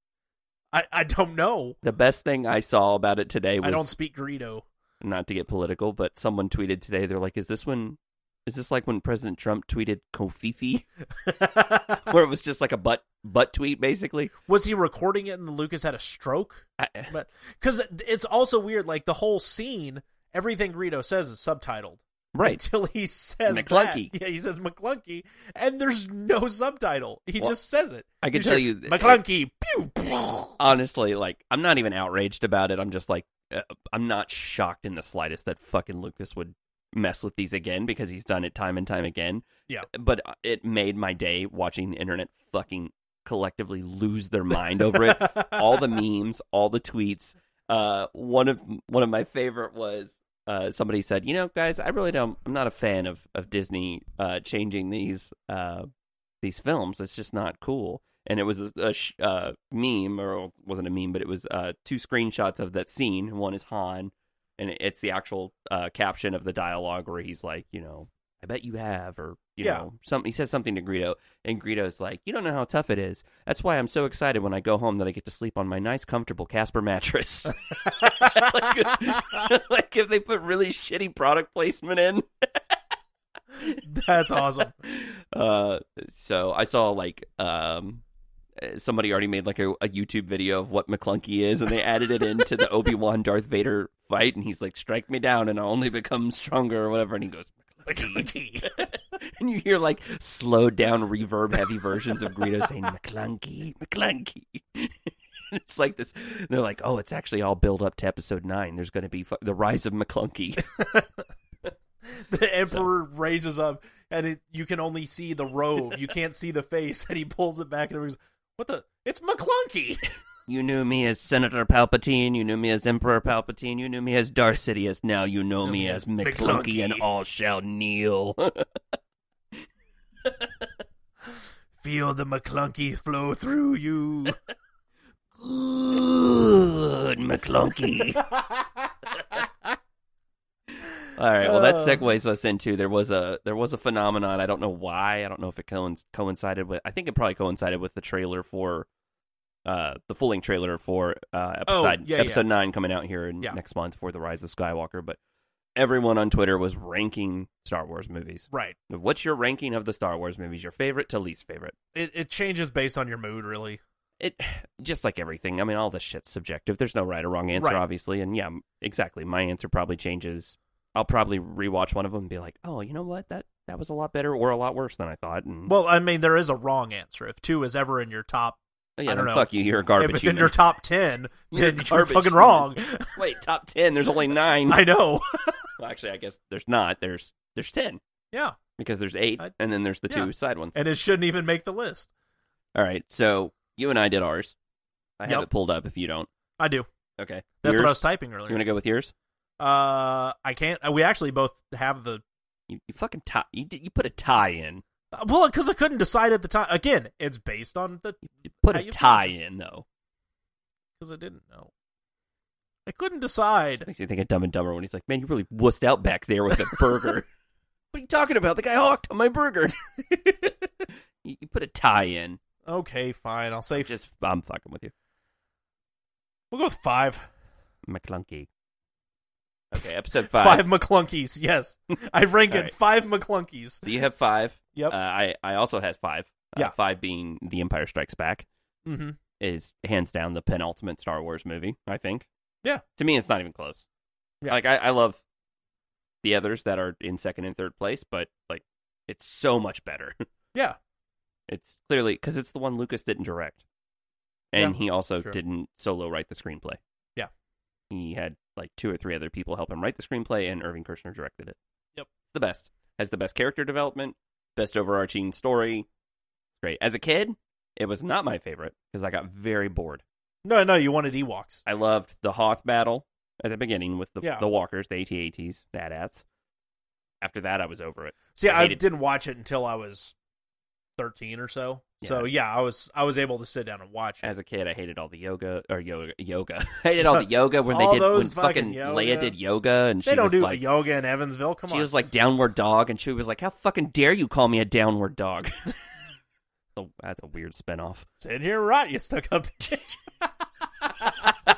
B: I I don't know.
A: The best thing I saw about it today was
B: I don't speak Greedo.
A: not to get political, but someone tweeted today. They're like, "Is this when? Is this like when President Trump tweeted Kofifi, where it was just like a butt butt tweet, basically?"
B: was he recording it and Lucas had a stroke?
A: I,
B: But because it's also weird, like the whole scene, everything Greedo says is subtitled
A: right.
B: until he says that.
A: McClunky.
B: Yeah, he says McClunky, and there's no subtitle. He
A: Well,
B: just says it.
A: I can
B: You
A: tell
B: say,
A: you, that-
B: McClunky. Pew, pew."
A: honestly, like I'm not even outraged about it. I'm just like, uh, I'm not shocked in the slightest that fucking Lucas would mess with these again because he's done it time and time again.
B: Yeah.
A: But uh, it made my day watching the internet fucking collectively lose their mind over it. all the memes, all the tweets. Uh, one of one of my favorite was uh, somebody said, "You know, guys, I really don't. I'm not a fan of of Disney uh, changing these uh, these films. It's just not cool." And it was a, a sh- uh, meme, or it wasn't a meme, but it was uh, two screenshots of that scene. One is Han, and it- it's the actual uh, caption of the dialogue where he's like, you know, I bet you have, or you
B: Yeah.
A: know, something. He says something to Greedo, and Greedo's like, you don't know how tough it is. That's why I'm so excited when I go home that I get to sleep on my nice, comfortable Casper mattress. like, like if they put really shitty product placement in.
B: That's awesome.
A: Uh, so I saw like um, somebody already made like a, a YouTube video of what McClunky is, and they added it into the Obi Wan Darth Vader fight, and he's like, "Strike me down, and I'll only become stronger," or whatever, and he goes.
B: McClunky.
A: and you hear like slowed down reverb heavy versions of Greedo saying McClunky, McClunky. it's like this. They're like, oh, it's actually all build up to episode nine. There's going to be fu- the rise of McClunky.
B: The emperor raises up, and it, you can only see the robe. You can't see the face, and he pulls it back, and everyone's, "What the? It's McClunky."
A: you knew me as Senator Palpatine. You knew me as Emperor Palpatine. You knew me as Darth Sidious. Now you know me as McClunky, and all shall kneel.
B: Feel the McClunky flow through you.
A: Good McClunky. All right. Well, that
B: Uh.
A: segues us into there was a there was a phenomenon. I don't know why. I don't know if it coinc- coincided with. I think it probably coincided with the trailer for, uh, the full length trailer for uh
B: Oh,
A: episode
B: yeah,
A: episode nine coming out here in,
B: Yeah.
A: next month for the Rise of Skywalker. But everyone on Twitter was ranking Star Wars movies.
B: right.
A: What's your ranking of the Star Wars movies? Your favorite to least favorite?
B: It, it changes based on your mood, really.
A: it just like everything. I mean, all this shit's subjective. There's no right or wrong answer,
B: Right.
A: obviously. And yeah, m- exactly. My answer probably changes. I'll probably rewatch one of them and be like, "Oh, you know what? That that was a lot better or a lot worse than I thought." And
B: Well, I mean, there is a wrong answer. If two is ever in your top,
A: yeah,
B: I don't
A: then
B: know.
A: fuck you. You're a garbage.
B: if it's in
A: human.
B: your top ten,
A: You're
B: then you're
A: garbage
B: fucking
A: human.
B: wrong.
A: Wait, top ten. There's only nine.
B: I know.
A: Well, actually, I guess there's not. There's there's ten
B: yeah,
A: because there's eight,
B: I-
A: and then there's the
B: yeah.
A: two side ones.
B: and it shouldn't even make the list.
A: all right, so you and I did ours. I have
B: Yep.
A: it pulled up. If you don't,
B: I do.
A: okay.
B: That's
A: yours?
B: what I was typing
A: You
B: earlier.
A: want to go with yours?
B: Uh, I can't. We actually both have the
A: You, you fucking tie. You, did- you put a tie in.
B: uh, well because I couldn't decide at the time. Again, it's based on the
A: You put
B: How
A: a
B: you-
A: tie in though.
B: because I didn't know. I couldn't decide.
A: Makes me think of Dumb and Dumber when he's like, "Man, you really wussed out back there with that burger." what are you talking about? The guy hawked on my burger. you, you put a tie in.
B: Okay, fine. I'll say
A: Just I'm fucking with you,
B: we'll go with five.
A: McClunky. Okay, episode five.
B: Five McClunkies. Yes, I rank
A: All
B: it
A: right.
B: five McClunkies.
A: So you have five.
B: Yep.
A: Uh, I I also had five. uh,
B: Yeah.
A: five being The Empire Strikes Back,
B: Mm-hmm.
A: is hands down the penultimate Star Wars movie. I think.
B: Yeah.
A: To me, it's not even close.
B: Yeah.
A: Like I, I love the others that are in second and third place, but like it's so much better.
B: Yeah.
A: It's clearly because it's the one Lucas didn't direct, and
B: Yeah,
A: he also
B: true.
A: didn't solo write the screenplay.
B: Yeah.
A: He had like two or three other people help him write the screenplay, and Irving Kirshner directed it.
B: Yep.
A: The best has the best character development, best overarching story. Great. As a kid, it was not my favorite because I got very bored.
B: No, no, you wanted Ewoks.
A: I loved the Hoth battle at the beginning with the
B: Yeah.
A: the walkers, the AT-ATs, the AT-ATs. After that, I was over it.
B: See,
A: I
B: I,
A: hated-
B: didn't watch it until I was thirteen or so. So yeah, I was I was able to sit down and watch it.
A: As a kid, I hated all the yoga or yoga. Yoga. I hated all the yoga when they
B: All
A: did when
B: those
A: fucking
B: fucking
A: Leia
B: yoga.
A: did yoga and
B: They
A: she
B: don't
A: was
B: do
A: like
B: yoga in Evansville. Come
A: she
B: on,
A: was like downward dog and she was like, "How fucking dare you call me a downward dog?" so that's a weird spinoff.
B: sit here, and rot. You stuck up. bitch.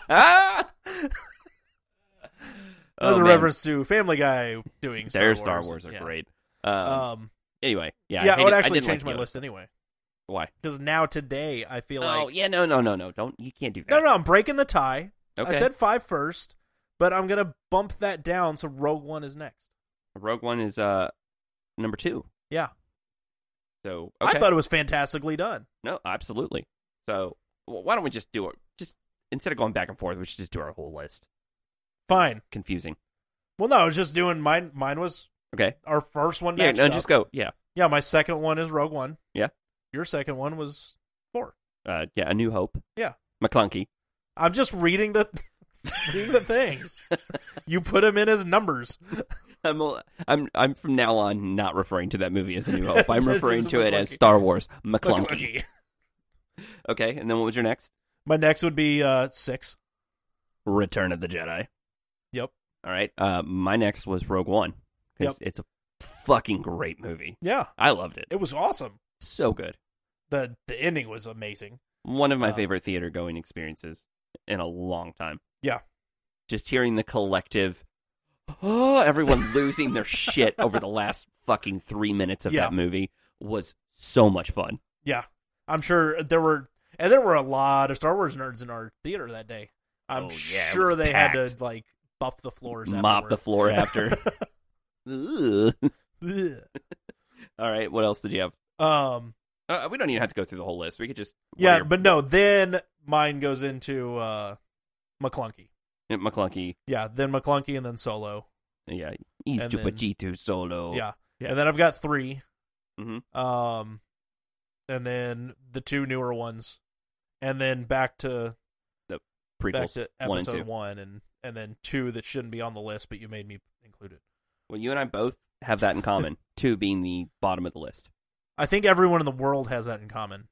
A: Ah!
B: That was
A: Oh,
B: a
A: man.
B: reference to Family Guy doing Star
A: Their
B: Wars.
A: Star Wars are
B: Yeah.
A: great. Um,
B: Um,
A: anyway, yeah, I
B: yeah, I would
A: hated- I
B: actually
A: didn't like
B: change my
A: yoga.
B: list anyway
A: Why?
B: because now today I feel
A: oh
B: like
A: yeah, no, no, no, no. Don't you can't do that.
B: no, no, I'm breaking the tie.
A: Okay.
B: I said five first, but I'm gonna bump that down so Rogue One is next.
A: Rogue One is uh number two.
B: Yeah,
A: So okay.
B: I thought it was fantastically done.
A: no, absolutely. So wh- why don't we just do it? Just instead of going back and forth, we should just do our whole list.
B: Fine.
A: It's confusing.
B: Well, no, I was just doing mine. Mine was
A: Okay.
B: our first one.
A: Yeah.
B: matched
A: No,
B: up.
A: just go. Yeah.
B: Yeah, my second one is Rogue One.
A: Yeah.
B: Your second one was four.
A: Uh, yeah. A New Hope.
B: Yeah.
A: McClunky.
B: I'm just reading the reading the things. you put them in as numbers.
A: I'm, al- I'm I'm from now on not referring to that movie as a New Hope. I'm
B: This
A: referring
B: is
A: to it as
B: McClunky.
A: Star Wars
B: Look,
A: McClunky.
B: looky.
A: Okay, and then what was your next?
B: My next would be uh six.
A: Return of the Jedi.
B: Yep.
A: All right. Uh, my next was Rogue One. 'cause It's a fucking great movie.
B: Yeah,
A: I loved it.
B: it was awesome.
A: So good.
B: the The ending was amazing.
A: one of my
B: Uh,
A: favorite theater going experiences in a long time.
B: Yeah.
A: Just hearing the collective oh, everyone losing their shit over the last fucking 3 minutes of
B: Yeah.
A: that movie was so much fun.
B: Yeah, I'm sure there were, and there were a lot of Star Wars nerds in our theater that day. I'm
A: Oh, yeah, it
B: sure
A: was
B: they had
A: packed.
B: to like buff the floors,
A: Mop the floor after. Ugh.
B: afterward.
A: All right, what else did you have?
B: um,
A: Uh, we don't even have to go through the whole list. We could just what
B: yeah,
A: are
B: but no. Then mine goes into uh, McClunky.
A: your- McClunky.
B: Yeah, then McClunky, and then Solo.
A: Yeah, he's
B: And
A: Chupa
B: then-
A: Chitu solo.
B: Yeah.
A: Oh, Yeah.
B: and then I've got 3
A: Mhm.
B: Um, and then the two newer ones, and then back to back
A: prequels.
B: to
A: one and
B: episode
A: two.
B: one, and and then two that shouldn't be on the list, but you made me include it.
A: Well, you and I both have that in common. two being the bottom of the list.
B: I think everyone in the world has that in common.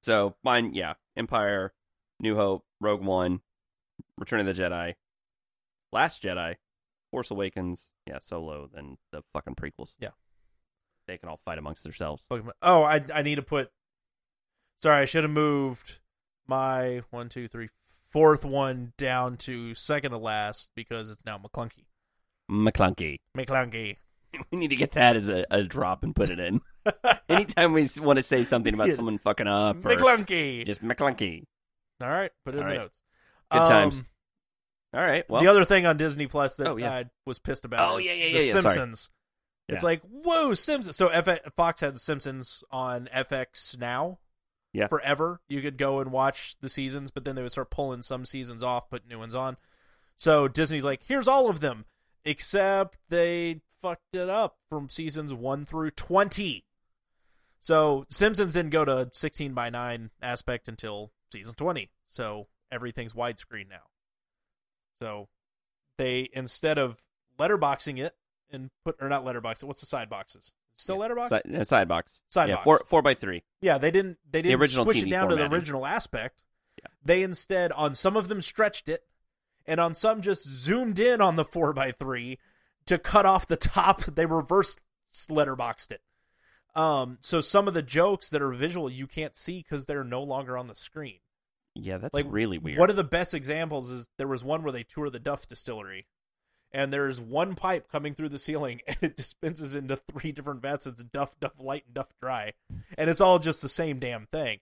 A: So mine, yeah, Empire, New Hope, Rogue One, Return of the Jedi, Last Jedi, Force Awakens, yeah, Solo, then the fucking prequels.
B: Yeah.
A: they can all fight amongst themselves.
B: Pokemon- Oh, I I need to put. Sorry, I should have moved my one, two, three, fourth one down to second to last because it's now McClunky.
A: McClunky,
B: McClunky.
A: we need to get that as a, a drop and put it in. Anytime we want to say something about
B: Yeah.
A: someone fucking up, or
B: McClunky.
A: just McClunky.
B: All right, put it in
A: All right.
B: the notes. Um,
A: Good times. All right, well,
B: the other thing on Disney Plus that
A: Oh, yeah.
B: I was pissed about.
A: Oh,
B: is
A: yeah, yeah,
B: The
A: yeah, yeah, sorry.
B: Simpsons. It's
A: Yeah.
B: like whoa, Simpsons. So F- Fox had The Simpsons on FX now.
A: Yeah.
B: Forever, you could go and watch the seasons, but then they would start pulling some seasons off, put new ones on. So Disney's like, here's all of them, except they fucked it up from seasons one through twenty. So Simpsons didn't go to sixteen by nine aspect until season twenty. So everything's widescreen now. So they instead of letterboxing it and put or not letterbox it, what's the side boxes? Still letterbox?
A: side, uh, side box,
B: Side
A: yeah,
B: box.
A: four four by three.
B: yeah, they didn't they didn't
A: original
B: squish
A: TV
B: it down to the
A: formatting.
B: original aspect. They instead on some of them stretched it and on some just zoomed in on the four by three to cut off the top. They reverse letterboxed it. Um, so some of the jokes that are visual you can't see because they're no longer on the screen.
A: Yeah, that's
B: Like,
A: really weird.
B: One of the best examples is there was one where they toured the Duff Distillery, and there's one pipe coming through the ceiling and it dispenses into three different facets duff duff light and duff dry and it's all just the same damn thing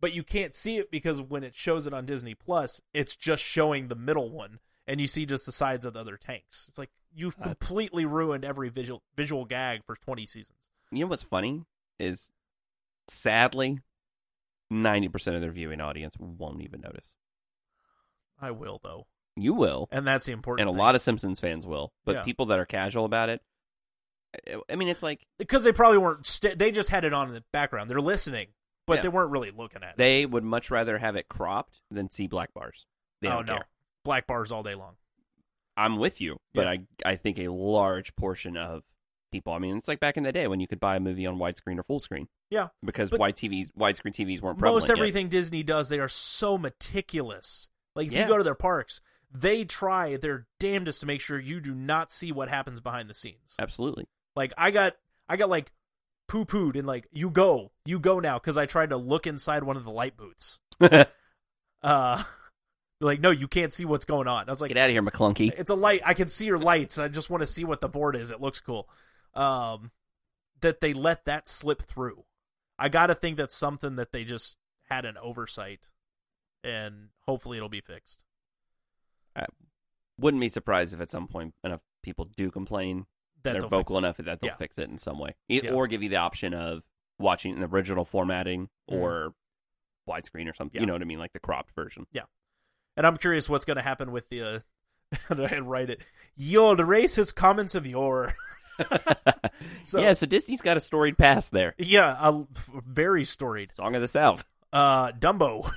B: but you can't see it because when it shows it on disney plus it's just showing the middle one and you see just the sides of the other tanks it's like you've
A: That's-
B: completely ruined every visual visual gag for 20 seasons
A: You know what's funny is, sadly, ninety percent of their viewing audience won't even notice.
B: i will though
A: You will,
B: and that's the important
A: and a lot of Simpsons fans will, but
B: Yeah.
A: people that are casual about it, I- I mean, it's like
B: because they probably weren't st- they just had it on in the background they're listening but
A: Yeah.
B: they weren't really looking at it
A: they would much rather have it cropped than see black bars. They
B: oh
A: don't
B: no
A: care.
B: black bars all day long
A: I'm with you, but
B: Yeah.
A: I I think a large portion of people. I mean, it's like back in the day when you could buy a movie on widescreen or full screen.
B: Yeah,
A: because
B: but-
A: wide TVs, widescreen TVs weren't prevalent.
B: most
A: yet.
B: everything Disney does, they are so meticulous. Like if
A: Yeah.
B: you go to their parks, they try their damnedest to make sure you do not see what happens behind the scenes.
A: Absolutely.
B: Like I got, I got like poo pooed and like you go, you go now because I tried to look inside one of the light booths.
A: Get
B: Uh, they're like no, you can't see what's going on. I was like,
A: out of here, McClunky.
B: it's a light. I can see your lights. I just want to see what the board is. It looks cool. Um, that they let that slip through. I got to think that's something that they just had an oversight, and hopefully it'll be fixed.
A: Wouldn't be surprised if at some point enough people do complain.
B: That
A: they're
B: they'll
A: vocal
B: fix
A: enough that they'll
B: Yeah.
A: fix it in some way, It-
B: Yeah.
A: or give you the option of watching it in the original formatting or widescreen or something.
B: Mm-hmm. Yeah.
A: You know what I mean, like the cropped version.
B: it. And I'm curious what's going to happen with the. Uh, and I had write it. Yo, the racist comments of your. So-
A: yeah, so Disney's got a storied past there.
B: Yeah, a, very storied.
A: Song of the South.
B: Uh, Dumbo.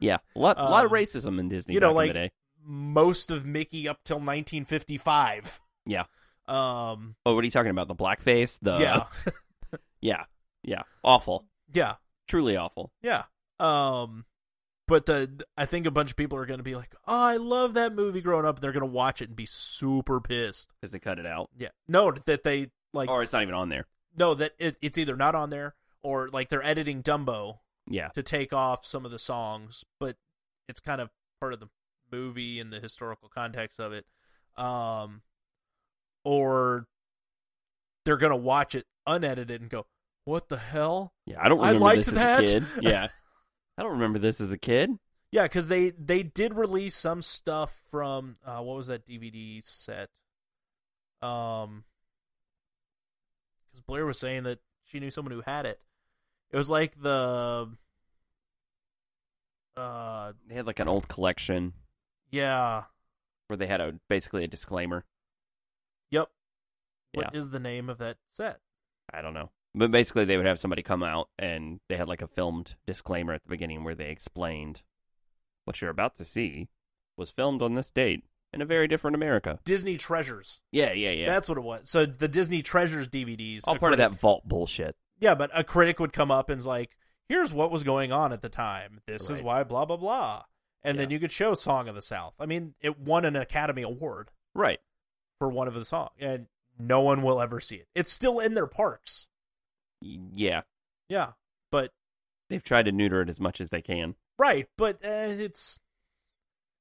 A: Yeah, a lot, lot of
B: Um,
A: racism in Disney.
B: you know,
A: back in
B: like
A: the day.
B: most of Mickey up till 1955.
A: Yeah.
B: Um.
A: Oh, what are you talking about? The blackface? The
B: yeah.
A: yeah, yeah. Awful,
B: Yeah.
A: truly awful.
B: Yeah. Um but the I think a bunch of people are going to be like, "Oh, I love that movie growing up." And they're going to watch it and be super pissed.
A: Because they cut it out,
B: Yeah. No, that they like
A: or it's not even on there.
B: no that it, it's either not on there or like they're editing Dumbo
A: Yeah,
B: to take off some of the songs, but it's kind of part of the movie and the historical context of it. Um or they're going to watch it unedited and go, "What the hell?"
A: yeah. I don't
B: I
A: remember
B: liked
A: this
B: that.
A: as a kid. Yeah, I don't remember this as a kid.
B: Yeah, because they they did release some stuff from uh, what was that DVD set? Um, because Blair was saying that she knew someone who had it. It was like the, uh,
A: They had like an old collection
B: yeah,
A: where they had a basically a disclaimer.
B: yep. What is the name of that set?
A: I don't know, but basically they would have somebody come out and they had like a filmed disclaimer at the beginning where they explained what you're about to see was filmed on this date in a very different America.
B: Disney Treasures.
A: Yeah, yeah, yeah.
B: That's what it was. So the Disney Treasures DVDs.
A: all
B: a
A: part of
B: critic-
A: that vault bullshit.
B: Yeah, but a critic would come up and's like, "Here's what was going on at the time. This is
A: Right.
B: why blah blah blah." And then
A: Yeah.
B: you could show "Song of the South." I mean, it won an Academy Award
A: Right.
B: for one of the songs, and no one will ever see it. It's still in their parks.
A: Y- Yeah.
B: Yeah, but
A: They've tried to neuter it as much as they can.
B: right, but uh, it's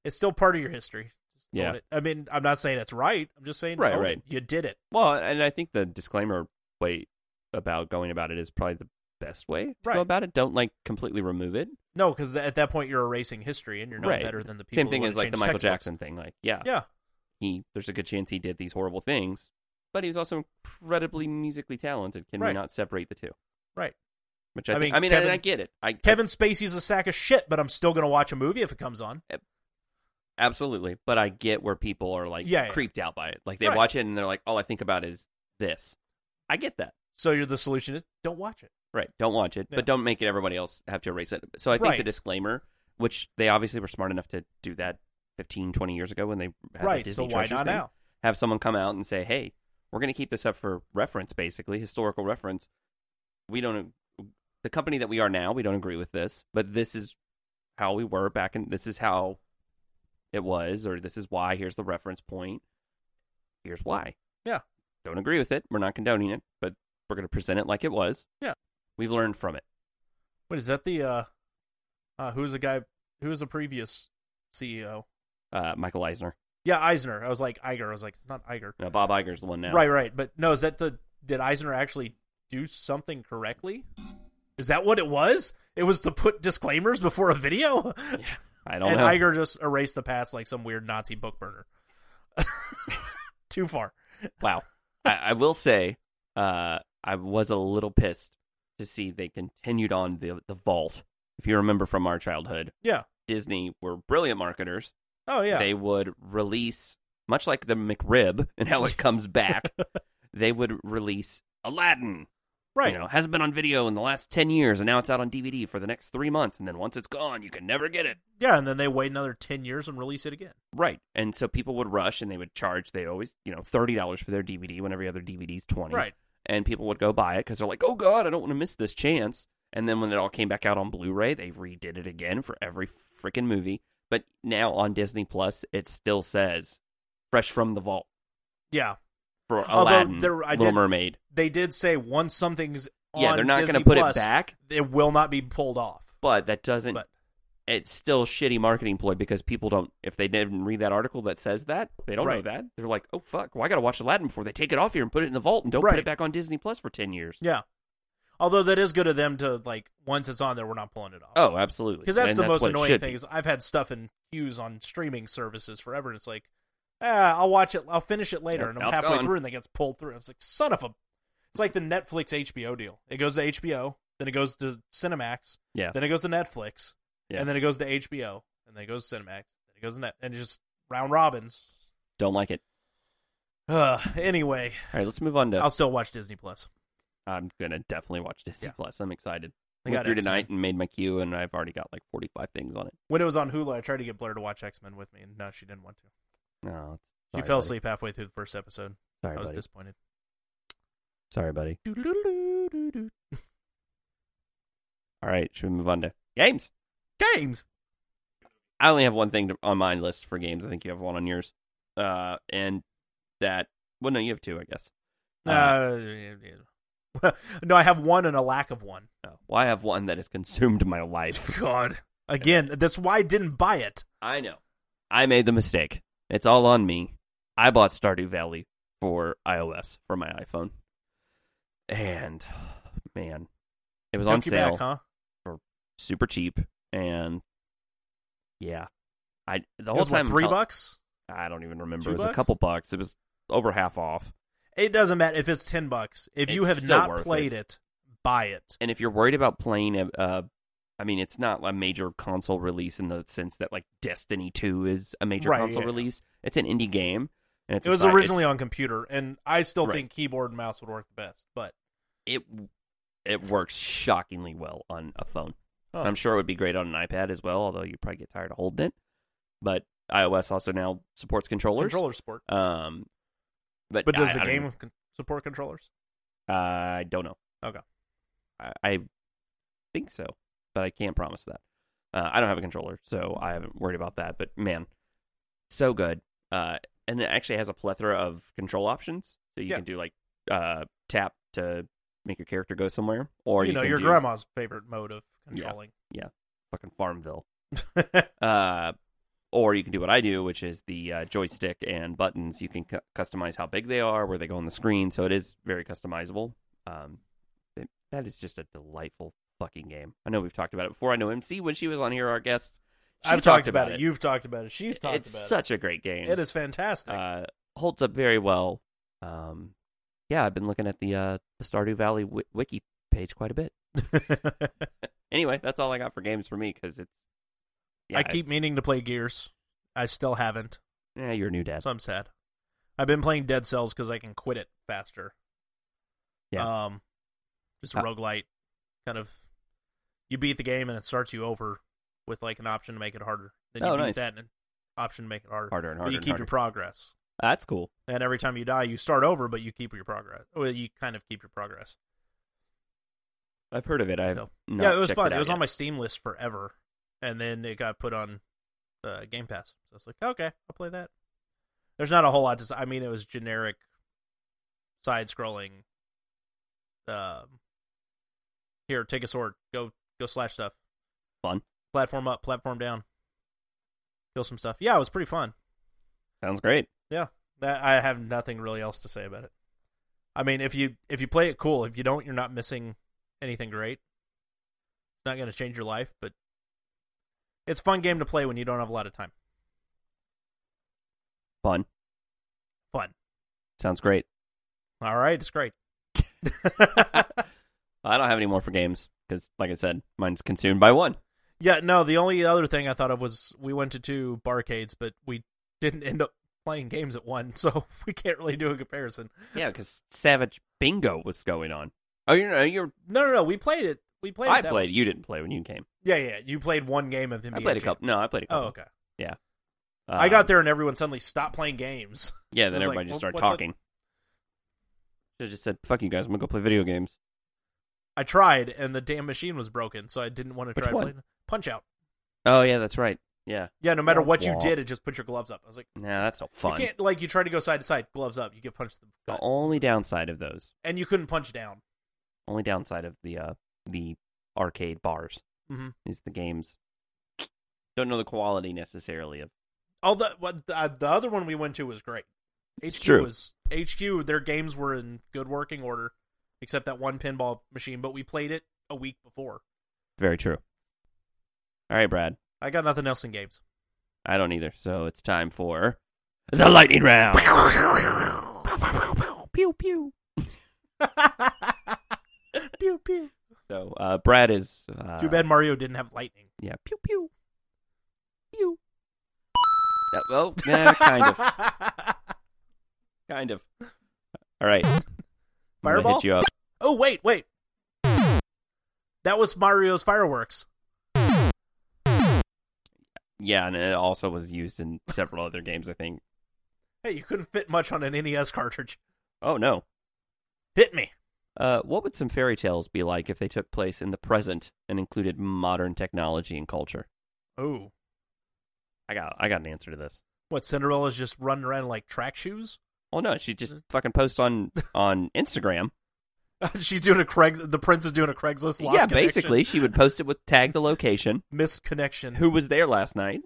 B: it's still part of your history. Just own
A: Yeah.
B: it. I mean, I'm not saying it's right. I'm just saying,
A: Right,
B: own
A: right.
B: it. You did it.
A: Well, and I think the disclaimer way about going about it is probably the best way to
B: Right.
A: go about it. Don't like completely remove it.
B: No, because at that point you're erasing history, and you're no
A: Right.
B: better than the people.
A: Same
B: who
A: thing
B: wanna
A: as like
B: change
A: the Michael
B: textbooks.
A: Jackson thing. Like, yeah,
B: Yeah,
A: he there's a good chance he did these horrible things, but he was also incredibly musically talented. Can
B: Right.
A: we not separate the two?
B: right.
A: Which I,
B: I
A: think,
B: mean,
A: I mean,
B: Kevin-
A: and I get it. I
B: Kevin Spacey's a sack of shit, but I'm still gonna watch a movie if it comes on.
A: absolutely, but I get where people are like
B: Yeah, yeah.
A: creeped out by it. Like they
B: Right.
A: watch it and they're like, all I think about is this. I get that.
B: So you're the solution is don't watch it.
A: Right. Don't watch it,
B: Yeah.
A: but don't make it everybody else have to erase it. So I think the
B: Right.
A: disclaimer, which they obviously were smart enough to do that 15, 20 years ago when they had the
B: right. So
A: Disney
B: why
A: Treasures
B: not
A: thing,
B: now?
A: Have someone come out and say, hey, we're going to keep this up for reference, basically, historical reference. We don't, the company that we are now, we don't agree with this, but this is how we were back in, this is how it was, or this is why, here's the reference point. Here's why.
B: Yeah.
A: Don't agree with it. We're not condoning it, but we're going to present it like it was.
B: Yeah.
A: We've learned from it.
B: What is that the uh, uh who's the guy who was the previous CEO?
A: uh, Michael Eisner.
B: Yeah, Eisner. I was like Iger. I was like, it's not Iger.
A: No, Bob Iger's the one now.
B: Right, right. But no, is that the did Eisner actually do something correctly? Is that what it was? It was to put disclaimers before a video,
A: I don't
B: and
A: know.
B: Iger just erased the past like some weird Nazi book burner. Too far.
A: Wow. I, I will say, uh, I was a little pissed to see they continued on the the vault. If you remember from our childhood,
B: Yeah.
A: Disney were brilliant marketers.
B: Oh yeah.
A: They would release, much like the McRib and how it comes back, they would release Aladdin.
B: right.
A: You know, hasn't been on video in the last 10 years, and now it's out on DVD for the next three months. And then once it's gone, you can never get it.
B: Yeah, and then they wait another ten years and release it again.
A: Right. And so people would rush and they would charge, they always, you know, $30 for their DVD when every other DVD's 20
B: Right.
A: And people would go buy it because they're like, oh God, I don't want to miss this chance. And then when it all came back out on Blu ray, they redid it again for every freaking movie. But now on Disney Plus, it still says fresh from the vault
B: Yeah.
A: for
B: Although
A: Aladdin,
B: there- I
A: Little
B: did-
A: Mermaid.
B: they did say once something's
A: Yeah,
B: on
A: they're not
B: Disney
A: going to put
B: Plus,
A: it back,
B: It will not be pulled off.
A: but that doesn't.
B: But-
A: it's still shitty marketing ploy because people don't. If they didn't read that article that says that, they don't
B: Right.
A: know that. They're like, "Oh fuck! Well, I gotta watch Aladdin before they take it off here and put it in the vault and don't
B: Right.
A: put it back on Disney Plus for ten years."
B: Yeah. Although that is good of them to like once it's on there, we're not pulling it off.
A: Oh, absolutely.
B: because
A: And
B: that's the most
A: what it
B: annoying
A: should
B: thing
A: be.
B: is I've had stuff in queues on streaming services forever, and it's like, ah, I'll watch it, I'll finish it later,
A: Yeah,
B: and I'm
A: now it's
B: halfway
A: gone.
B: through, and then it gets pulled through. I was like, son of a! It's like the Netflix HBO deal. It goes to HBO, then it goes to Cinemax,
A: Yeah.
B: then it goes to Netflix,
A: Yeah.
B: and then it goes to HBO, and then it goes to Cinemax, then it goes to Net, and it's just round robins.
A: Don't like it.
B: Ugh. anyway,
A: All right, let's move on to.
B: I'll still watch Disney Plus.
A: I'm gonna definitely watch Disney Plus. I'm excited.
B: They
A: Went
B: got
A: through
B: X-Men.
A: tonight and made my queue, and I've already got like 45 things on it.
B: When it was on Hulu, I tried to get Blair to watch X Men with me, and no, she didn't want to.
A: No,
B: She
A: sorry,
B: fell
A: buddy.
B: asleep halfway through the first episode.
A: Sorry,
B: I was
A: buddy.
B: disappointed.
A: Sorry, buddy.
B: Doo-doo-doo-doo-doo-doo.
A: All right, should we move on to games?
B: Games.
A: I only have one thing to, on my list for games. I think you have one on yours. Uh, and that. Well, no, you have two, I guess.
B: Uh, yeah. Uh, no, I have one and a lack of one.
A: Oh, well, I have one that has consumed my life.
B: God. Again, that's why I didn't buy it.
A: I know. I made the mistake. It's all on me. I bought Stardew Valley for iOS for my iPhone, and man, it was on
B: Took you
A: sale,
B: back, huh?
A: super cheap, and yeah, I the
B: It
A: whole
B: was
A: time
B: what,
A: I'm
B: three
A: tell-
B: bucks.
A: I don't even remember.
B: Two
A: it was
B: bucks?
A: a couple bucks. It was over half off.
B: It doesn't matter if it's ten bucks. If you
A: It's
B: have
A: still
B: not
A: worth
B: played it. buy it.
A: and if you're worried about playing a, uh, I mean, it's not a major console release in the sense that like Destiny Two is a major
B: Right,
A: console
B: yeah.
A: release. It's an indie game, and it's
B: It was
A: aside-
B: originally
A: it's-
B: on computer, and I still
A: Right.
B: think keyboard and mouse would work the best. But
A: It it works shockingly well on a phone.
B: Huh.
A: I'm sure it would be great on an iPad as well, although you probably get tired of holding it. But iOS also now supports controllers.
B: controller support.
A: Um, but
B: But does
A: I-
B: the
A: I don't
B: game
A: know.
B: con- support controllers?
A: I don't know.
B: Okay.
A: I, I think so, but I can't promise that. Uh, I don't have a controller, so I haven't worried about that. But man, so good. Uh, and it actually has a plethora of control options, so you
B: Yeah.
A: can do like uh, tap to make your character go somewhere, or you,
B: you know,
A: can
B: your
A: do
B: grandma's favorite mode of controlling.
A: fucking Farmville, uh, or you can do what I do, which is the uh, joystick and buttons. You can cu- customize how big they are, where they go on the screen, so it is very customizable. Um, it- that is just a delightful fucking game. I know we've talked about it before. I know MC when she was on here, our guest. She
B: I've talked about it. You've talked about it. She's talked
A: it's
B: about
A: such a great game.
B: it. It is fantastic.
A: uh, holds up very well. Um, yeah, I've been looking at the uh, the Stardew Valley w- wiki page quite a bit. Anyway, that's all I got for games for me because it's. Yeah,
B: I keep
A: it's-
B: meaning to play Gears. I still haven't,
A: Yeah, you're a new dad.
B: so I'm sad. I've been playing Dead Cells because I can quit it faster.
A: Yeah.
B: Um, just a
A: Uh,
B: roguelite. Kind of. You beat the game and it starts you over with like an option to make it harder. Then you
A: Oh,
B: beat
A: nice.
B: that and an option to make it harder.
A: harder and
B: But
A: harder.
B: you
A: and
B: keep
A: harder.
B: your progress.
A: That's cool.
B: And every time you die, you start over, but you keep your progress. Well, you kind of keep your progress.
A: I've heard of it. I've
B: So-
A: not
B: yeah, it was
A: checked
B: fun. It,
A: out
B: was
A: yet.
B: on my Steam list forever, and then it got put on uh, Game Pass. So I was like, okay, I'll play that. There's not a whole lot to. s- I mean, it was generic side-scrolling. Um, here, take a sword. Go, go slash stuff.
A: Fun.
B: Platform up, platform down. Kill some stuff. Yeah, it was pretty fun.
A: Sounds great.
B: That I have nothing really else to say about it. I mean, if you if you play it cool, if you don't, you're not missing anything great. It's not going to change your life, but it's a fun game to play when you don't have a lot of time.
A: Fun.
B: Fun.
A: Sounds great.
B: All right, it's great.
A: I don't have any more for games because, like I said, mine's consumed by one.
B: yeah, no, the only other thing I thought of was we went to two barcades, but we didn't end up playing games at one, so we can't really do a comparison.
A: Yeah, because Savage Bingo was going on. Oh, you know, you're.
B: No, no, no, we played it. We played.
A: I
B: it that
A: played. You didn't play when you came.
B: Yeah, yeah, you played one game of NBA.
A: I played a couple. No, I played a
B: Oh,
A: couple.
B: okay.
A: Uh,
B: Oh, I got there and everyone suddenly stopped playing games.
A: Yeah, then
B: I was
A: everybody
B: like,
A: just
B: "Well,
A: started
B: what the-"
A: talking. Should have just said, "Fuck you guys, I'm gonna go play video games."
B: I tried, and the damn machine was broken, so I didn't want to
A: Which
B: try
A: one?
B: playing Punch Out.
A: Oh yeah, that's right. Yeah,
B: Yeah, no matter what you
A: Wah.
B: did, it just put your gloves up. I was like,
A: nah, that's no
B: you
A: fun.
B: can't like you try to go side to side, gloves up, you get punched in the
A: The
B: butt.
A: only downside of those,
B: and you couldn't punch down.
A: only downside of the uh the arcade bars,
B: Mhm.
A: is the games Mm-hmm. don't know the quality necessarily of.
B: Although what uh, the other one we went to was great. HQ
A: It's true.
B: was HQ. Their games were in good working order, except that one pinball machine. But we played it a week before.
A: Very true. All right, Brad.
B: I got nothing else in games.
A: I don't either. So it's time for the lightning round. pew pew.
B: pew pew.
A: So uh, Brad is uh,
B: Too bad Mario didn't have lightning.
A: Yeah, pew pew pew. Yeah, well, yeah, Eh, kind of, kind of. All right, I'm gonna
B: Fireball?
A: hit you up.
B: Oh wait, wait. That was Mario's fireworks.
A: Yeah, and it also was used in several other games. I think.
B: Hey, you couldn't fit much on an NES cartridge.
A: Oh no.
B: Hit me.
A: Uh, what would some fairy tales be like if they took place in the present and included modern technology and culture?
B: Oh.
A: I got, I got an answer to this.
B: What Cinderella's just running around in, like track shoes?
A: Well, no, she
B: Mm.
A: just fucking posts on on Instagram.
B: She's doing a Craig the prince is doing a Craigslist lost
A: yeah,
B: connection.
A: basically, she would post it with tag the location,
B: misconnection.
A: who was there last night,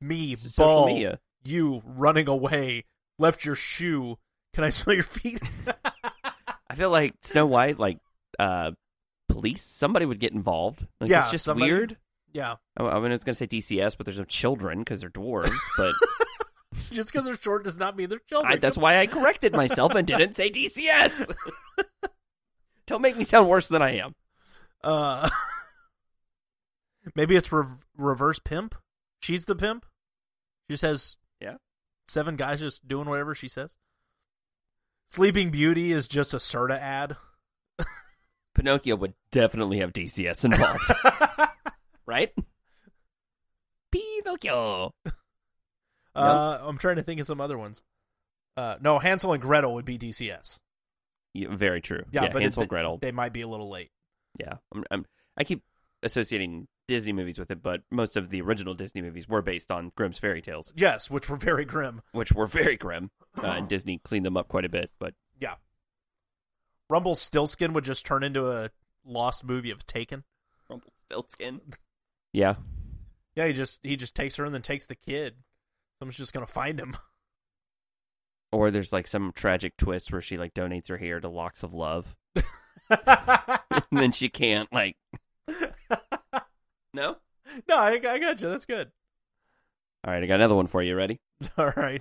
B: me
A: s- social
B: ball
A: media.
B: you running away left your shoe. Can I smell your feet?
A: I feel like Snow White, like uh, police, somebody would get involved. Like,
B: Yeah,
A: it's just
B: somebody-
A: weird. Oh,
B: yeah.
A: I, I mean, I was gonna say DCS, but there's no children because they're dwarves. But
B: Just because they're short does not mean they're children.
A: I, that's why I corrected myself and didn't say DCS. Don't make me sound worse than I am.
B: Uh, maybe it's rev reverse pimp. She's the pimp. She says,
A: Yeah.
B: seven guys just doing whatever she says." Sleeping Beauty is just a Serta ad.
A: Pinocchio would definitely have DCS involved, right? Pinocchio.
B: uh, I'm trying to think of some other ones. Uh, no, Hansel and Gretel would be DCS.
A: Yeah, very true.
B: Yeah, but it-
A: Hansel
B: they-
A: Gretel.
B: They might be a little late.
A: Yeah, I'm, I'm, I keep associating Disney movies with it, but most of the original Disney movies were based on Grimm's fairy tales,
B: Yes, which were very grim.
A: which were very grim, uh, and Disney cleaned them up quite a bit. But
B: Rumble Stillskin would just turn into a lost movie of Taken.
A: Rumpelstiltskin. Yeah,
B: Yeah, he just he just takes her and then takes the kid. Someone's just gonna find him.
A: or there's like some tragic twist where she like donates her hair to locks of love, and then she can't like. No.
B: No, I, I got you. That's good.
A: All right, I got another one for you. Ready?
B: All right,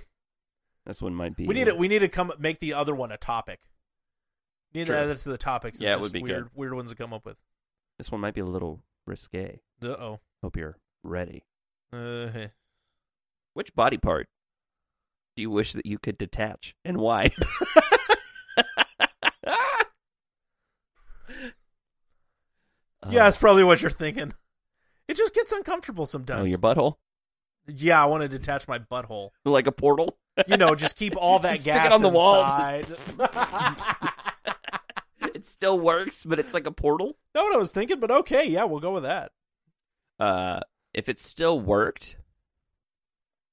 A: This one might be.
B: we need to we need to come make the other one a topic. We need
A: True.
B: to add it to the topics. It's
A: Yeah, it
B: just
A: would be
B: weird, Weird ones to come up with.
A: This one might be a little risque.
B: Uh-oh.
A: Hope you're ready.
B: Uh huh.
A: Which body part do you wish that you could detach and why?
B: yeah, that's probably what you're thinking. It just gets uncomfortable
A: Oh,
B: sometimes.
A: your butthole?
B: Yeah, I want to detach my butthole.
A: Like a portal?
B: You know, just keep all that
A: Stick it
B: gas
A: on the wall,
B: inside.
A: It still works, but it's like a portal.
B: Know what I was thinking, but okay, yeah, we'll go with that.
A: Uh, if it still worked,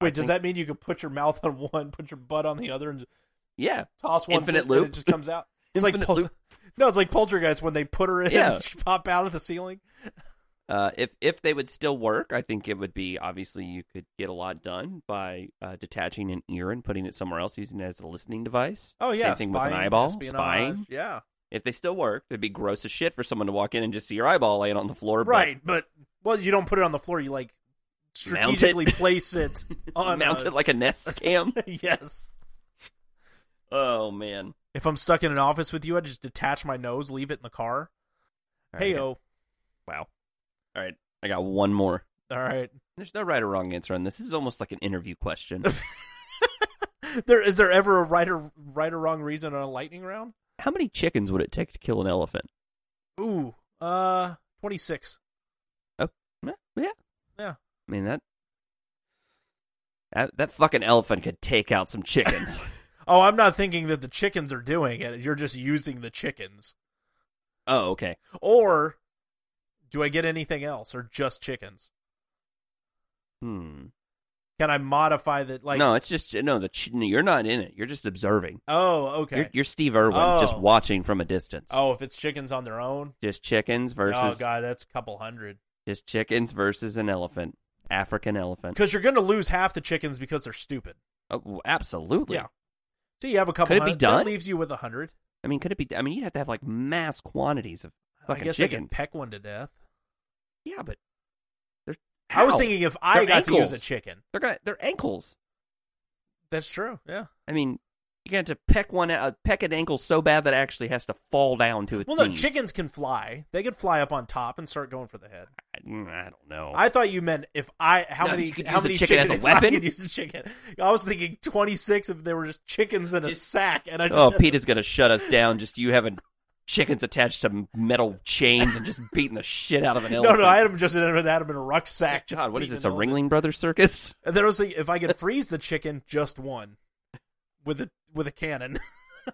B: Wait,
A: I
B: does
A: think-
B: that mean you could put your mouth on one, put your butt on the other, and
A: yeah.
B: toss one
A: Infinite
B: flip, and
A: loop?
B: it just comes out. It's like
A: Infinite
B: pol-
A: loop.
B: no, it's like poltergeist when they put her in
A: Yeah.
B: and she pop out of the ceiling.
A: Uh, if if they would still work, I think it would be obviously you could get a lot done by uh, detaching an ear and putting it somewhere else, using it as a listening device.
B: Oh yeah,
A: same thing with an
B: spying,
A: eyeball,
B: espionage,
A: spying.
B: Yeah,
A: If they still work, it'd be gross as shit for someone to walk in and just see your eyeball laying on the floor. but
B: right. But well, you don't put it on the floor. You like
A: Mount it.
B: strategically place it on.
A: mount
B: a-
A: it like a nest cam.
B: yes.
A: oh man.
B: If I'm stuck in an office with you, I just detach my nose, leave it in the car.
A: All
B: Hey
A: right.
B: oh,
A: Wow. All right, I got one more.
B: all right.
A: There's no right or wrong answer on this. This is almost like an interview question.
B: There is there ever a right or right or wrong reason on a lightning round?
A: How many chickens would it take to kill an elephant?
B: Ooh, uh, twenty six.
A: Eh, Yeah.
B: Yeah.
A: I mean that that that fucking elephant could take out some chickens.
B: Oh, I'm not thinking that the chickens are doing it. You're just using the chickens.
A: oh, okay.
B: Or do I get anything else, or just chickens?
A: Hmm.
B: Can I modify that? Like,
A: no, it's just no. The ch- you're not in it. You're just observing.
B: oh, okay.
A: You're, you're Steve Irwin, just
B: Oh.
A: watching from a distance.
B: Oh, if it's chickens on their own.
A: just chickens
B: Oh
A: versus
B: god, that's a couple hundred.
A: just chickens versus an elephant, African elephant.
B: Because you're going to lose half the chickens because they're stupid.
A: Oh, well, absolutely.
B: Yeah. So you have a couple.
A: Could it be
B: hundred.
A: done?
B: That leaves you with a hundred.
A: I mean, could it be? I mean, you'd have to have like mass quantities of
B: I
A: fucking
B: guess I
A: chickens.
B: could peck one to death.
A: yeah, but they're.
B: I was
A: how?
B: thinking if I
A: Their
B: got to use a
A: ankles.
B: chicken.
A: they're gonna they're ankles.
B: That's true. Yeah.
A: I mean, you got to peck one out, peck an ankle so bad that it actually has to fall down to its
B: Well, no,
A: knees.
B: chickens can fly. They could fly up on top and start going for the head.
A: I, mm, I don't know.
B: I thought you meant if I how
A: No,
B: many
A: you could
B: how
A: use a
B: many
A: chicken as a
B: chicken- if I
A: weapon?
B: could use a chicken. I was thinking twenty six if there were just chickens in a
A: Just-
B: sack, and I just
A: oh,
B: had-
A: Pete is gonna shut us down. Just you having chickens attached to metal chains and just beating the shit out of an
B: no
A: elephant.
B: no I had him just in a, had him in a rucksack. Just
A: Oh, God, what is
B: beating
A: this? A
B: an elephant.
A: Ringling Brothers circus?
B: And then I was thinking if I could freeze the chicken, just one with a with a cannon.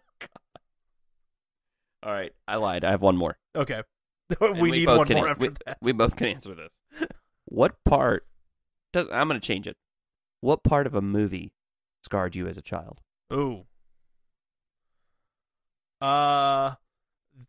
A: All right, I lied. I have one more.
B: Okay,
A: And
B: we, need
A: both
B: one
A: can-
B: more after
A: we,
B: that.
A: we both can answer this. What part? Does, I'm gonna change it. What part of a movie scarred you as a child?
B: Ooh. Uh,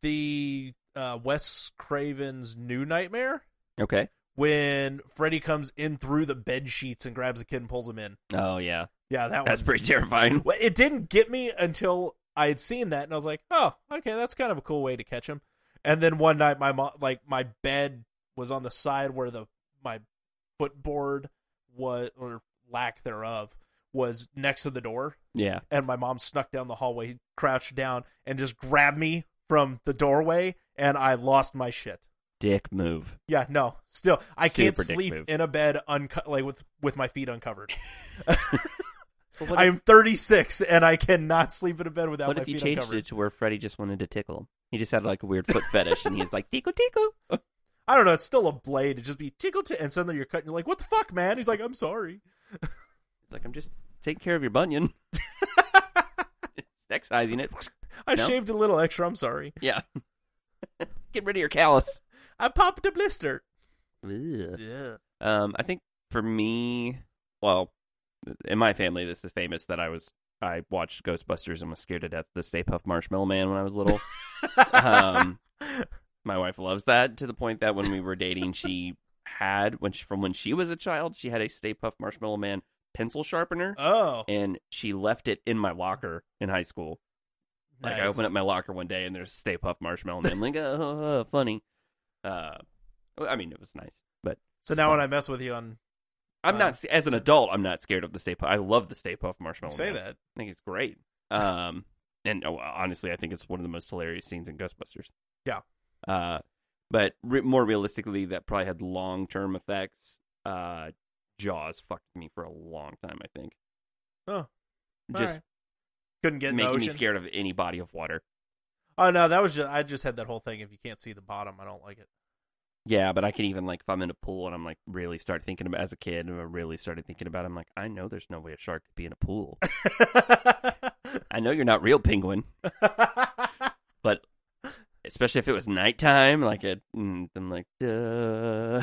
B: the uh, Wes Craven's New Nightmare
A: Okay.
B: when Freddy comes in through the bed sheets and grabs a kid and pulls him in.
A: Oh yeah,
B: Yeah, that
A: that's
B: was.
A: pretty terrifying.
B: Well, it didn't get me until I had seen that, and I was like, "Oh, okay, that's kind of a cool way to catch him." And then one night, my mom, like my bed was on the side where the my footboard was, or lack thereof, was next to the door,
A: Yeah.
B: and my mom snuck down the hallway, crouched down, and just grabbed me from the doorway, and I lost my shit.
A: dick move.
B: Yeah, no, still, I can't
A: Super dick
B: sleep
A: move.
B: in a bed unco- like with with my feet uncovered. I am 36 and I cannot sleep in a bed without
A: what
B: my
A: if you
B: feet
A: changed
B: uncovered.
A: it to where Freddy just wanted to tickle him? He just had like a weird foot fetish, and he's like tickle tickle.
B: I don't know. It's still a blade. It just be tickle to, and suddenly you're cutting. You're like, what the fuck, man? He's like, I'm sorry.
A: It's like I'm just taking care of your bunion, excising it.
B: I
A: No?
B: shaved a little extra. I'm sorry.
A: Yeah, get rid of your callus.
B: I popped a blister.
A: Ugh.
B: Yeah.
A: Um, I think for me, well, in my family, this is famous that I was I watched Ghostbusters and was scared to death of the Stay Puft Marshmallow Man when I was little. um, my wife loves that to the point that when we were dating, she had when she, from when she was a child, she had a Stay Puft Marshmallow Man pencil sharpener,
B: oh,
A: and she left it in my locker in high school. Like I
B: nice.
A: opened up my locker one day, and there's Stay Puft Marshmallow Man. like, oh, funny. Uh, well, I mean, it was nice, but
B: So now when I mess with you on,
A: I'm
B: Uh,
A: not as an adult. I'm not scared of the Stay Puft. I love the Stay Puft Marshmallow.
B: say
A: Man.
B: that.
A: I think it's great. Um, and oh, honestly, I think it's one of the most hilarious scenes in Ghostbusters.
B: Yeah.
A: Uh, but re- more realistically, that probably had long term effects. Uh, Jaws fucked me for a long time. I think.
B: Oh,
A: Just
B: Alright. couldn't get in the
A: making me
B: ocean.
A: scared of any body of water.
B: Oh no, that was just. I just had that whole thing. If you can't see the bottom, I don't like it.
A: Yeah, but I can even like if I'm in a pool and I'm like really start thinking about as a kid and I really started thinking about. It, I'm like, I know there's no way a shark could be in a pool. I know you're not real penguin, but especially if it was nighttime, like it, mm, I'm like, duh.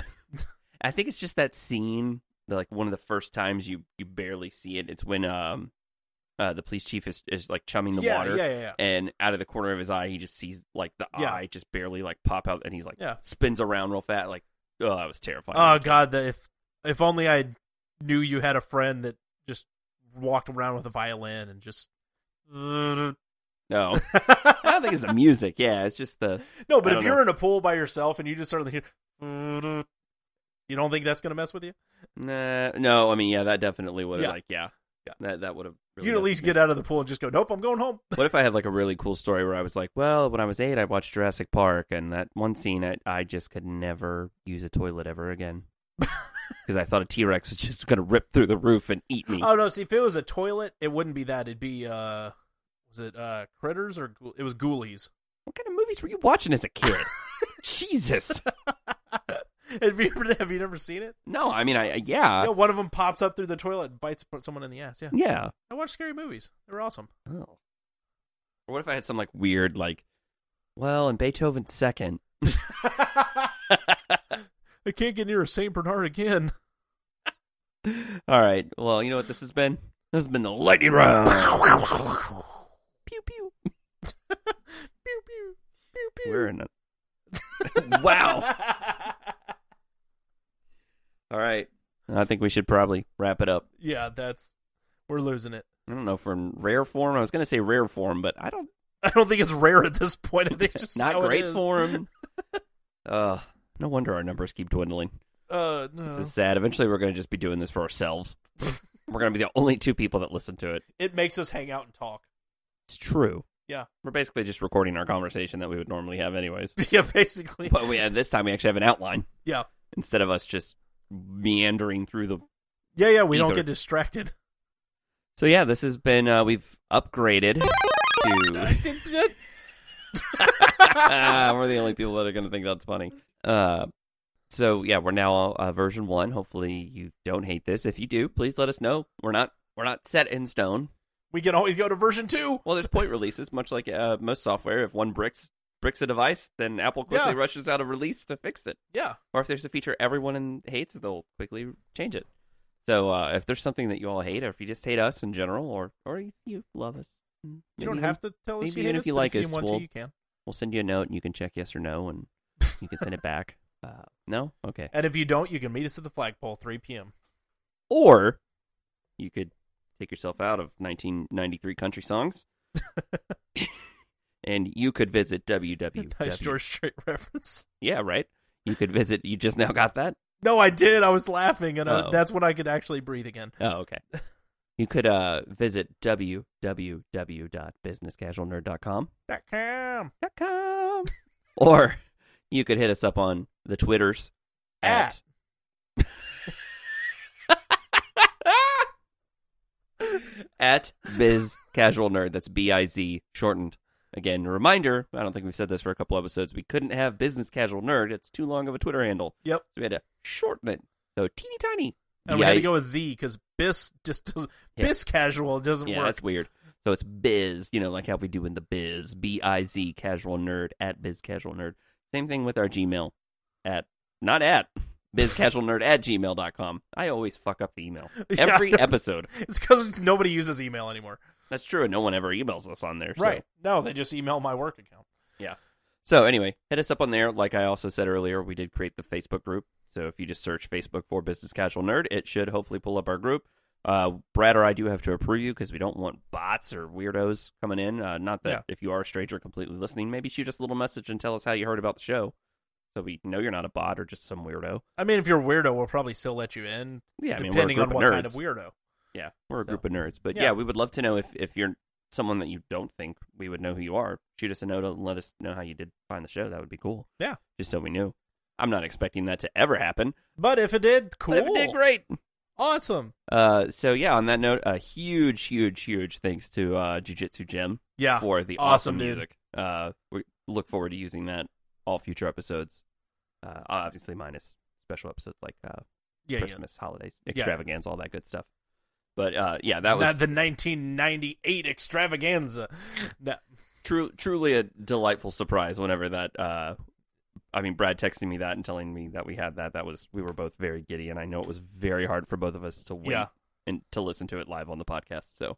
A: I think it's just that scene, the, like one of the first times you you barely see it. It's when um, uh, the police chief is is like chumming the
B: yeah,
A: water,
B: yeah, yeah, yeah.
A: and out of the corner of his eye, he just sees like the
B: Yeah.
A: eye just barely like pop out, and he's like
B: Yeah.
A: spins around real fat, like Oh, that was terrifying.
B: Oh God, the, if if only I knew you had a friend that just walked around with a violin and just. no,
A: no, I don't
B: but
A: think it's the music. Yeah, it's just the I
B: if
A: don't
B: you're
A: know.
B: in a pool by yourself and you just sort of hear, you don't think that's gonna mess with you?
A: nah, no. I mean, yeah, that definitely would have
B: Yeah.
A: like yeah,
B: Yeah.
A: that that would have. Really
B: You'd at
A: messed
B: least
A: with me.
B: get out of the pool and just go, nope, I'm going home.
A: What if I had like a really cool story where I was like, well, when I was eight, I watched Jurassic Park, and that one scene, I, I just could never use a toilet ever again because I thought a T Rex was just going to rip through the roof and eat me.
B: Oh no! See, if it was a toilet, it wouldn't be that. It'd be uh, was it uh, critters or Ghoul- it was ghoulies?
A: what kind of movies were you watching as a kid? Jesus.
B: have you ever have you never seen it?
A: No, I mean, I I- yeah,
B: yeah, one of them pops up through the toilet and bites someone in the ass. Yeah,
A: yeah.
B: I watched scary movies. They were awesome.
A: Oh. Or what if I had some like weird like, well, in Beethoven's second.
B: I can't get near a Saint Bernard again.
A: All right. Well, you know what this has been? This has been the lightning round. pew pew.
B: Pew, pew, pew, pew.
A: We're in it. wow. All right. I think we should probably wrap it up.
B: yeah, that's we're losing it.
A: I don't know if we're in rare form. I was going to say rare form, but I don't.
B: I don't think it's rare at this point. I think it's just
A: Not
B: how it
A: great
B: is.
A: form. uh, no wonder our numbers keep dwindling.
B: Uh, no.
A: This is sad. Eventually, we're going to just be doing this for ourselves. we're going to be the only two people that listen to it.
B: It makes us hang out and talk.
A: It's true.
B: Yeah.
A: We're basically just recording our conversation that we would normally have, anyways.
B: yeah, basically.
A: but we, uh, this time, we actually have an outline
B: Yeah,
A: instead of us just meandering through the
B: yeah, yeah. We don't
A: Either.
B: get distracted.
A: So yeah, this has been uh, we've upgraded to. Ah, we're the only people that are going to think that's funny. Uh, so yeah, we're now uh, version one. Hopefully you don't hate this. If you do, please let us know. We're not we're not set in stone.
B: we can always go to version two.
A: Well, there's point releases, much like uh, most software. If one bricks bricks a device, then Apple quickly
B: Yeah.
A: rushes out a release to fix it.
B: Yeah,
A: Or if there's a feature everyone in- hates, they'll quickly change it. So uh, if there's something that you all hate, or if you just hate us in general, or or you, you love us, mm,
B: you don't have to tell us.
A: maybe
B: you
A: even
B: hate
A: if you
B: but
A: like
B: if
A: us,
B: you want
A: we'll-
B: to, you can.
A: we'll send you a note and you can check yes or no and you can send it back. Uh, no? Okay.
B: And if you don't, you can meet us at the flagpole 3 p.m.
A: Or you could take yourself out of 1993 country songs and you could visit www.
B: Nice George Strait reference.
A: Yeah, right? You could visit. You just now got that?
B: No, I did. I was laughing, and I,
A: Oh.
B: that's when I could actually breathe again.
A: Oh, okay. You could uh, visit www.businesscasualnerd.com.
B: Dot com.
A: .com. Or you could hit us up on the Twitters
B: At.
A: at biz casual nerd. That's B I Z shortened. Again, a reminder. I don't think we've said this for a couple episodes. We couldn't have business casual nerd. It's too long of a Twitter handle.
B: Yep.
A: So we had to shorten it. So teeny tiny.
B: And we had to go with Z because bis just doesn't.
A: Yeah.
B: Bis casual doesn't
A: yeah,
B: work.
A: that's weird. So it's biz, you know, like how we do in the biz. B I Z casual nerd at biz casual nerd. Same thing with our Gmail at not at biz casual nerd at gmail.com. I always fuck up the email
B: Yeah,
A: every
B: I know.
A: episode.
B: It's because nobody uses email anymore.
A: That's true, and no one ever emails us on there. so-
B: Right? No, they just email my work account.
A: So anyway, hit us up on there. Like I also said earlier, we did create the Facebook group. So if you just search Facebook for Business Casual Nerd, it should hopefully pull up our group. Uh, Brad or I do have to approve you because we don't want bots or weirdos coming in. Uh, not that
B: Yeah.
A: if you are a stranger completely listening, maybe shoot us a little message and tell us how you heard about the show, so we know you're not a bot or just some weirdo.
B: I mean, if you're a weirdo, we'll probably still let you in,
A: Yeah, I mean, we're a
B: depending
A: group
B: on what
A: nerds.
B: kind of weirdo.
A: Yeah, we're a
B: So-
A: group of nerds. But yeah.
B: Yeah.
A: we would love to know if, if you're someone that you don't think we would know who you are. Shoot us a note and let us know how you did find the show. That would be cool.
B: Yeah.
A: Just so we knew. I'm not expecting that to ever happen.
B: But if it did, cool.
A: But if it did great.
B: Awesome.
A: Uh, so yeah, on that note, a huge, huge, huge thanks to uh, Jujitsu Jim
B: Yeah.
A: for the Ah, awesome,
B: Awesome, dude.
A: music. Uh, we look forward to using that all future episodes. Uh, obviously, minus special episodes like uh,
B: yeah, yeah.
A: Christmas, holidays, extravaganza, all that good stuff. But uh, yeah, that
B: Not
A: was
B: the 1998 extravaganza. No.
A: True, truly a delightful surprise whenever that uh I mean Brad texting me that and telling me that we had that that was we were both very giddy and I know it was very hard for both of us to wait
B: Yeah.
A: and to listen to it live on the podcast. So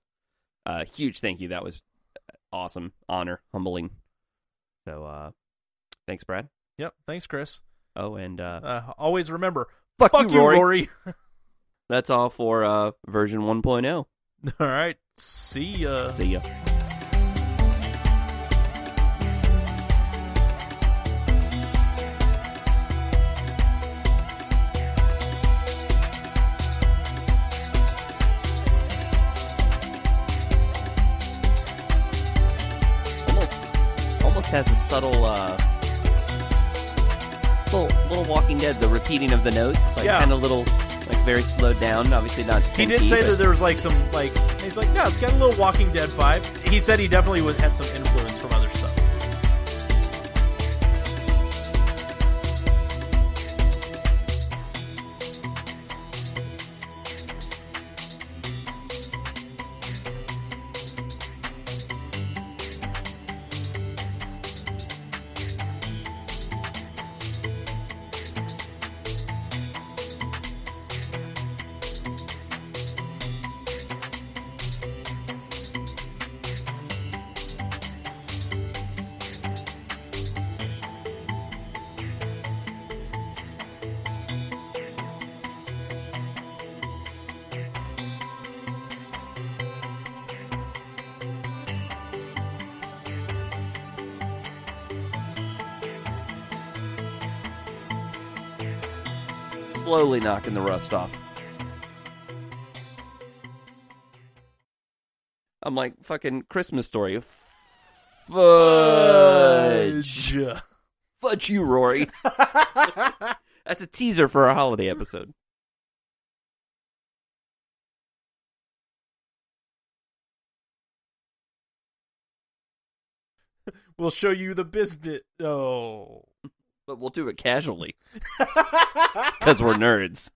A: uh huge thank you. That was awesome. Honor, humbling. So uh thanks Brad.
B: Yep. Thanks, Chris.
A: Oh, and uh,
B: Uh, always remember,
A: Fuck you,
B: you,
A: Rory.
B: Rory.
A: that's all for uh, version 1.0.
B: All right, see ya.
A: See ya. Almost, almost has a subtle, uh, little, little Walking Dead. The repeating of the notes, like
B: Yeah.
A: kind of little, like very slowed down. Obviously not.
B: He
A: 10p,
B: did say
A: but-
B: that there was like some like he's like no, it's got a little Walking Dead vibe. He said he definitely would had some influence from other stuff.
A: slowly knocking the rust off. I'm like fucking Christmas story. Fudge, fudge you, Rory. That's a teaser for our holiday episode.
B: we'll show you the business. Oh.
A: But we'll do it casually because we're nerds.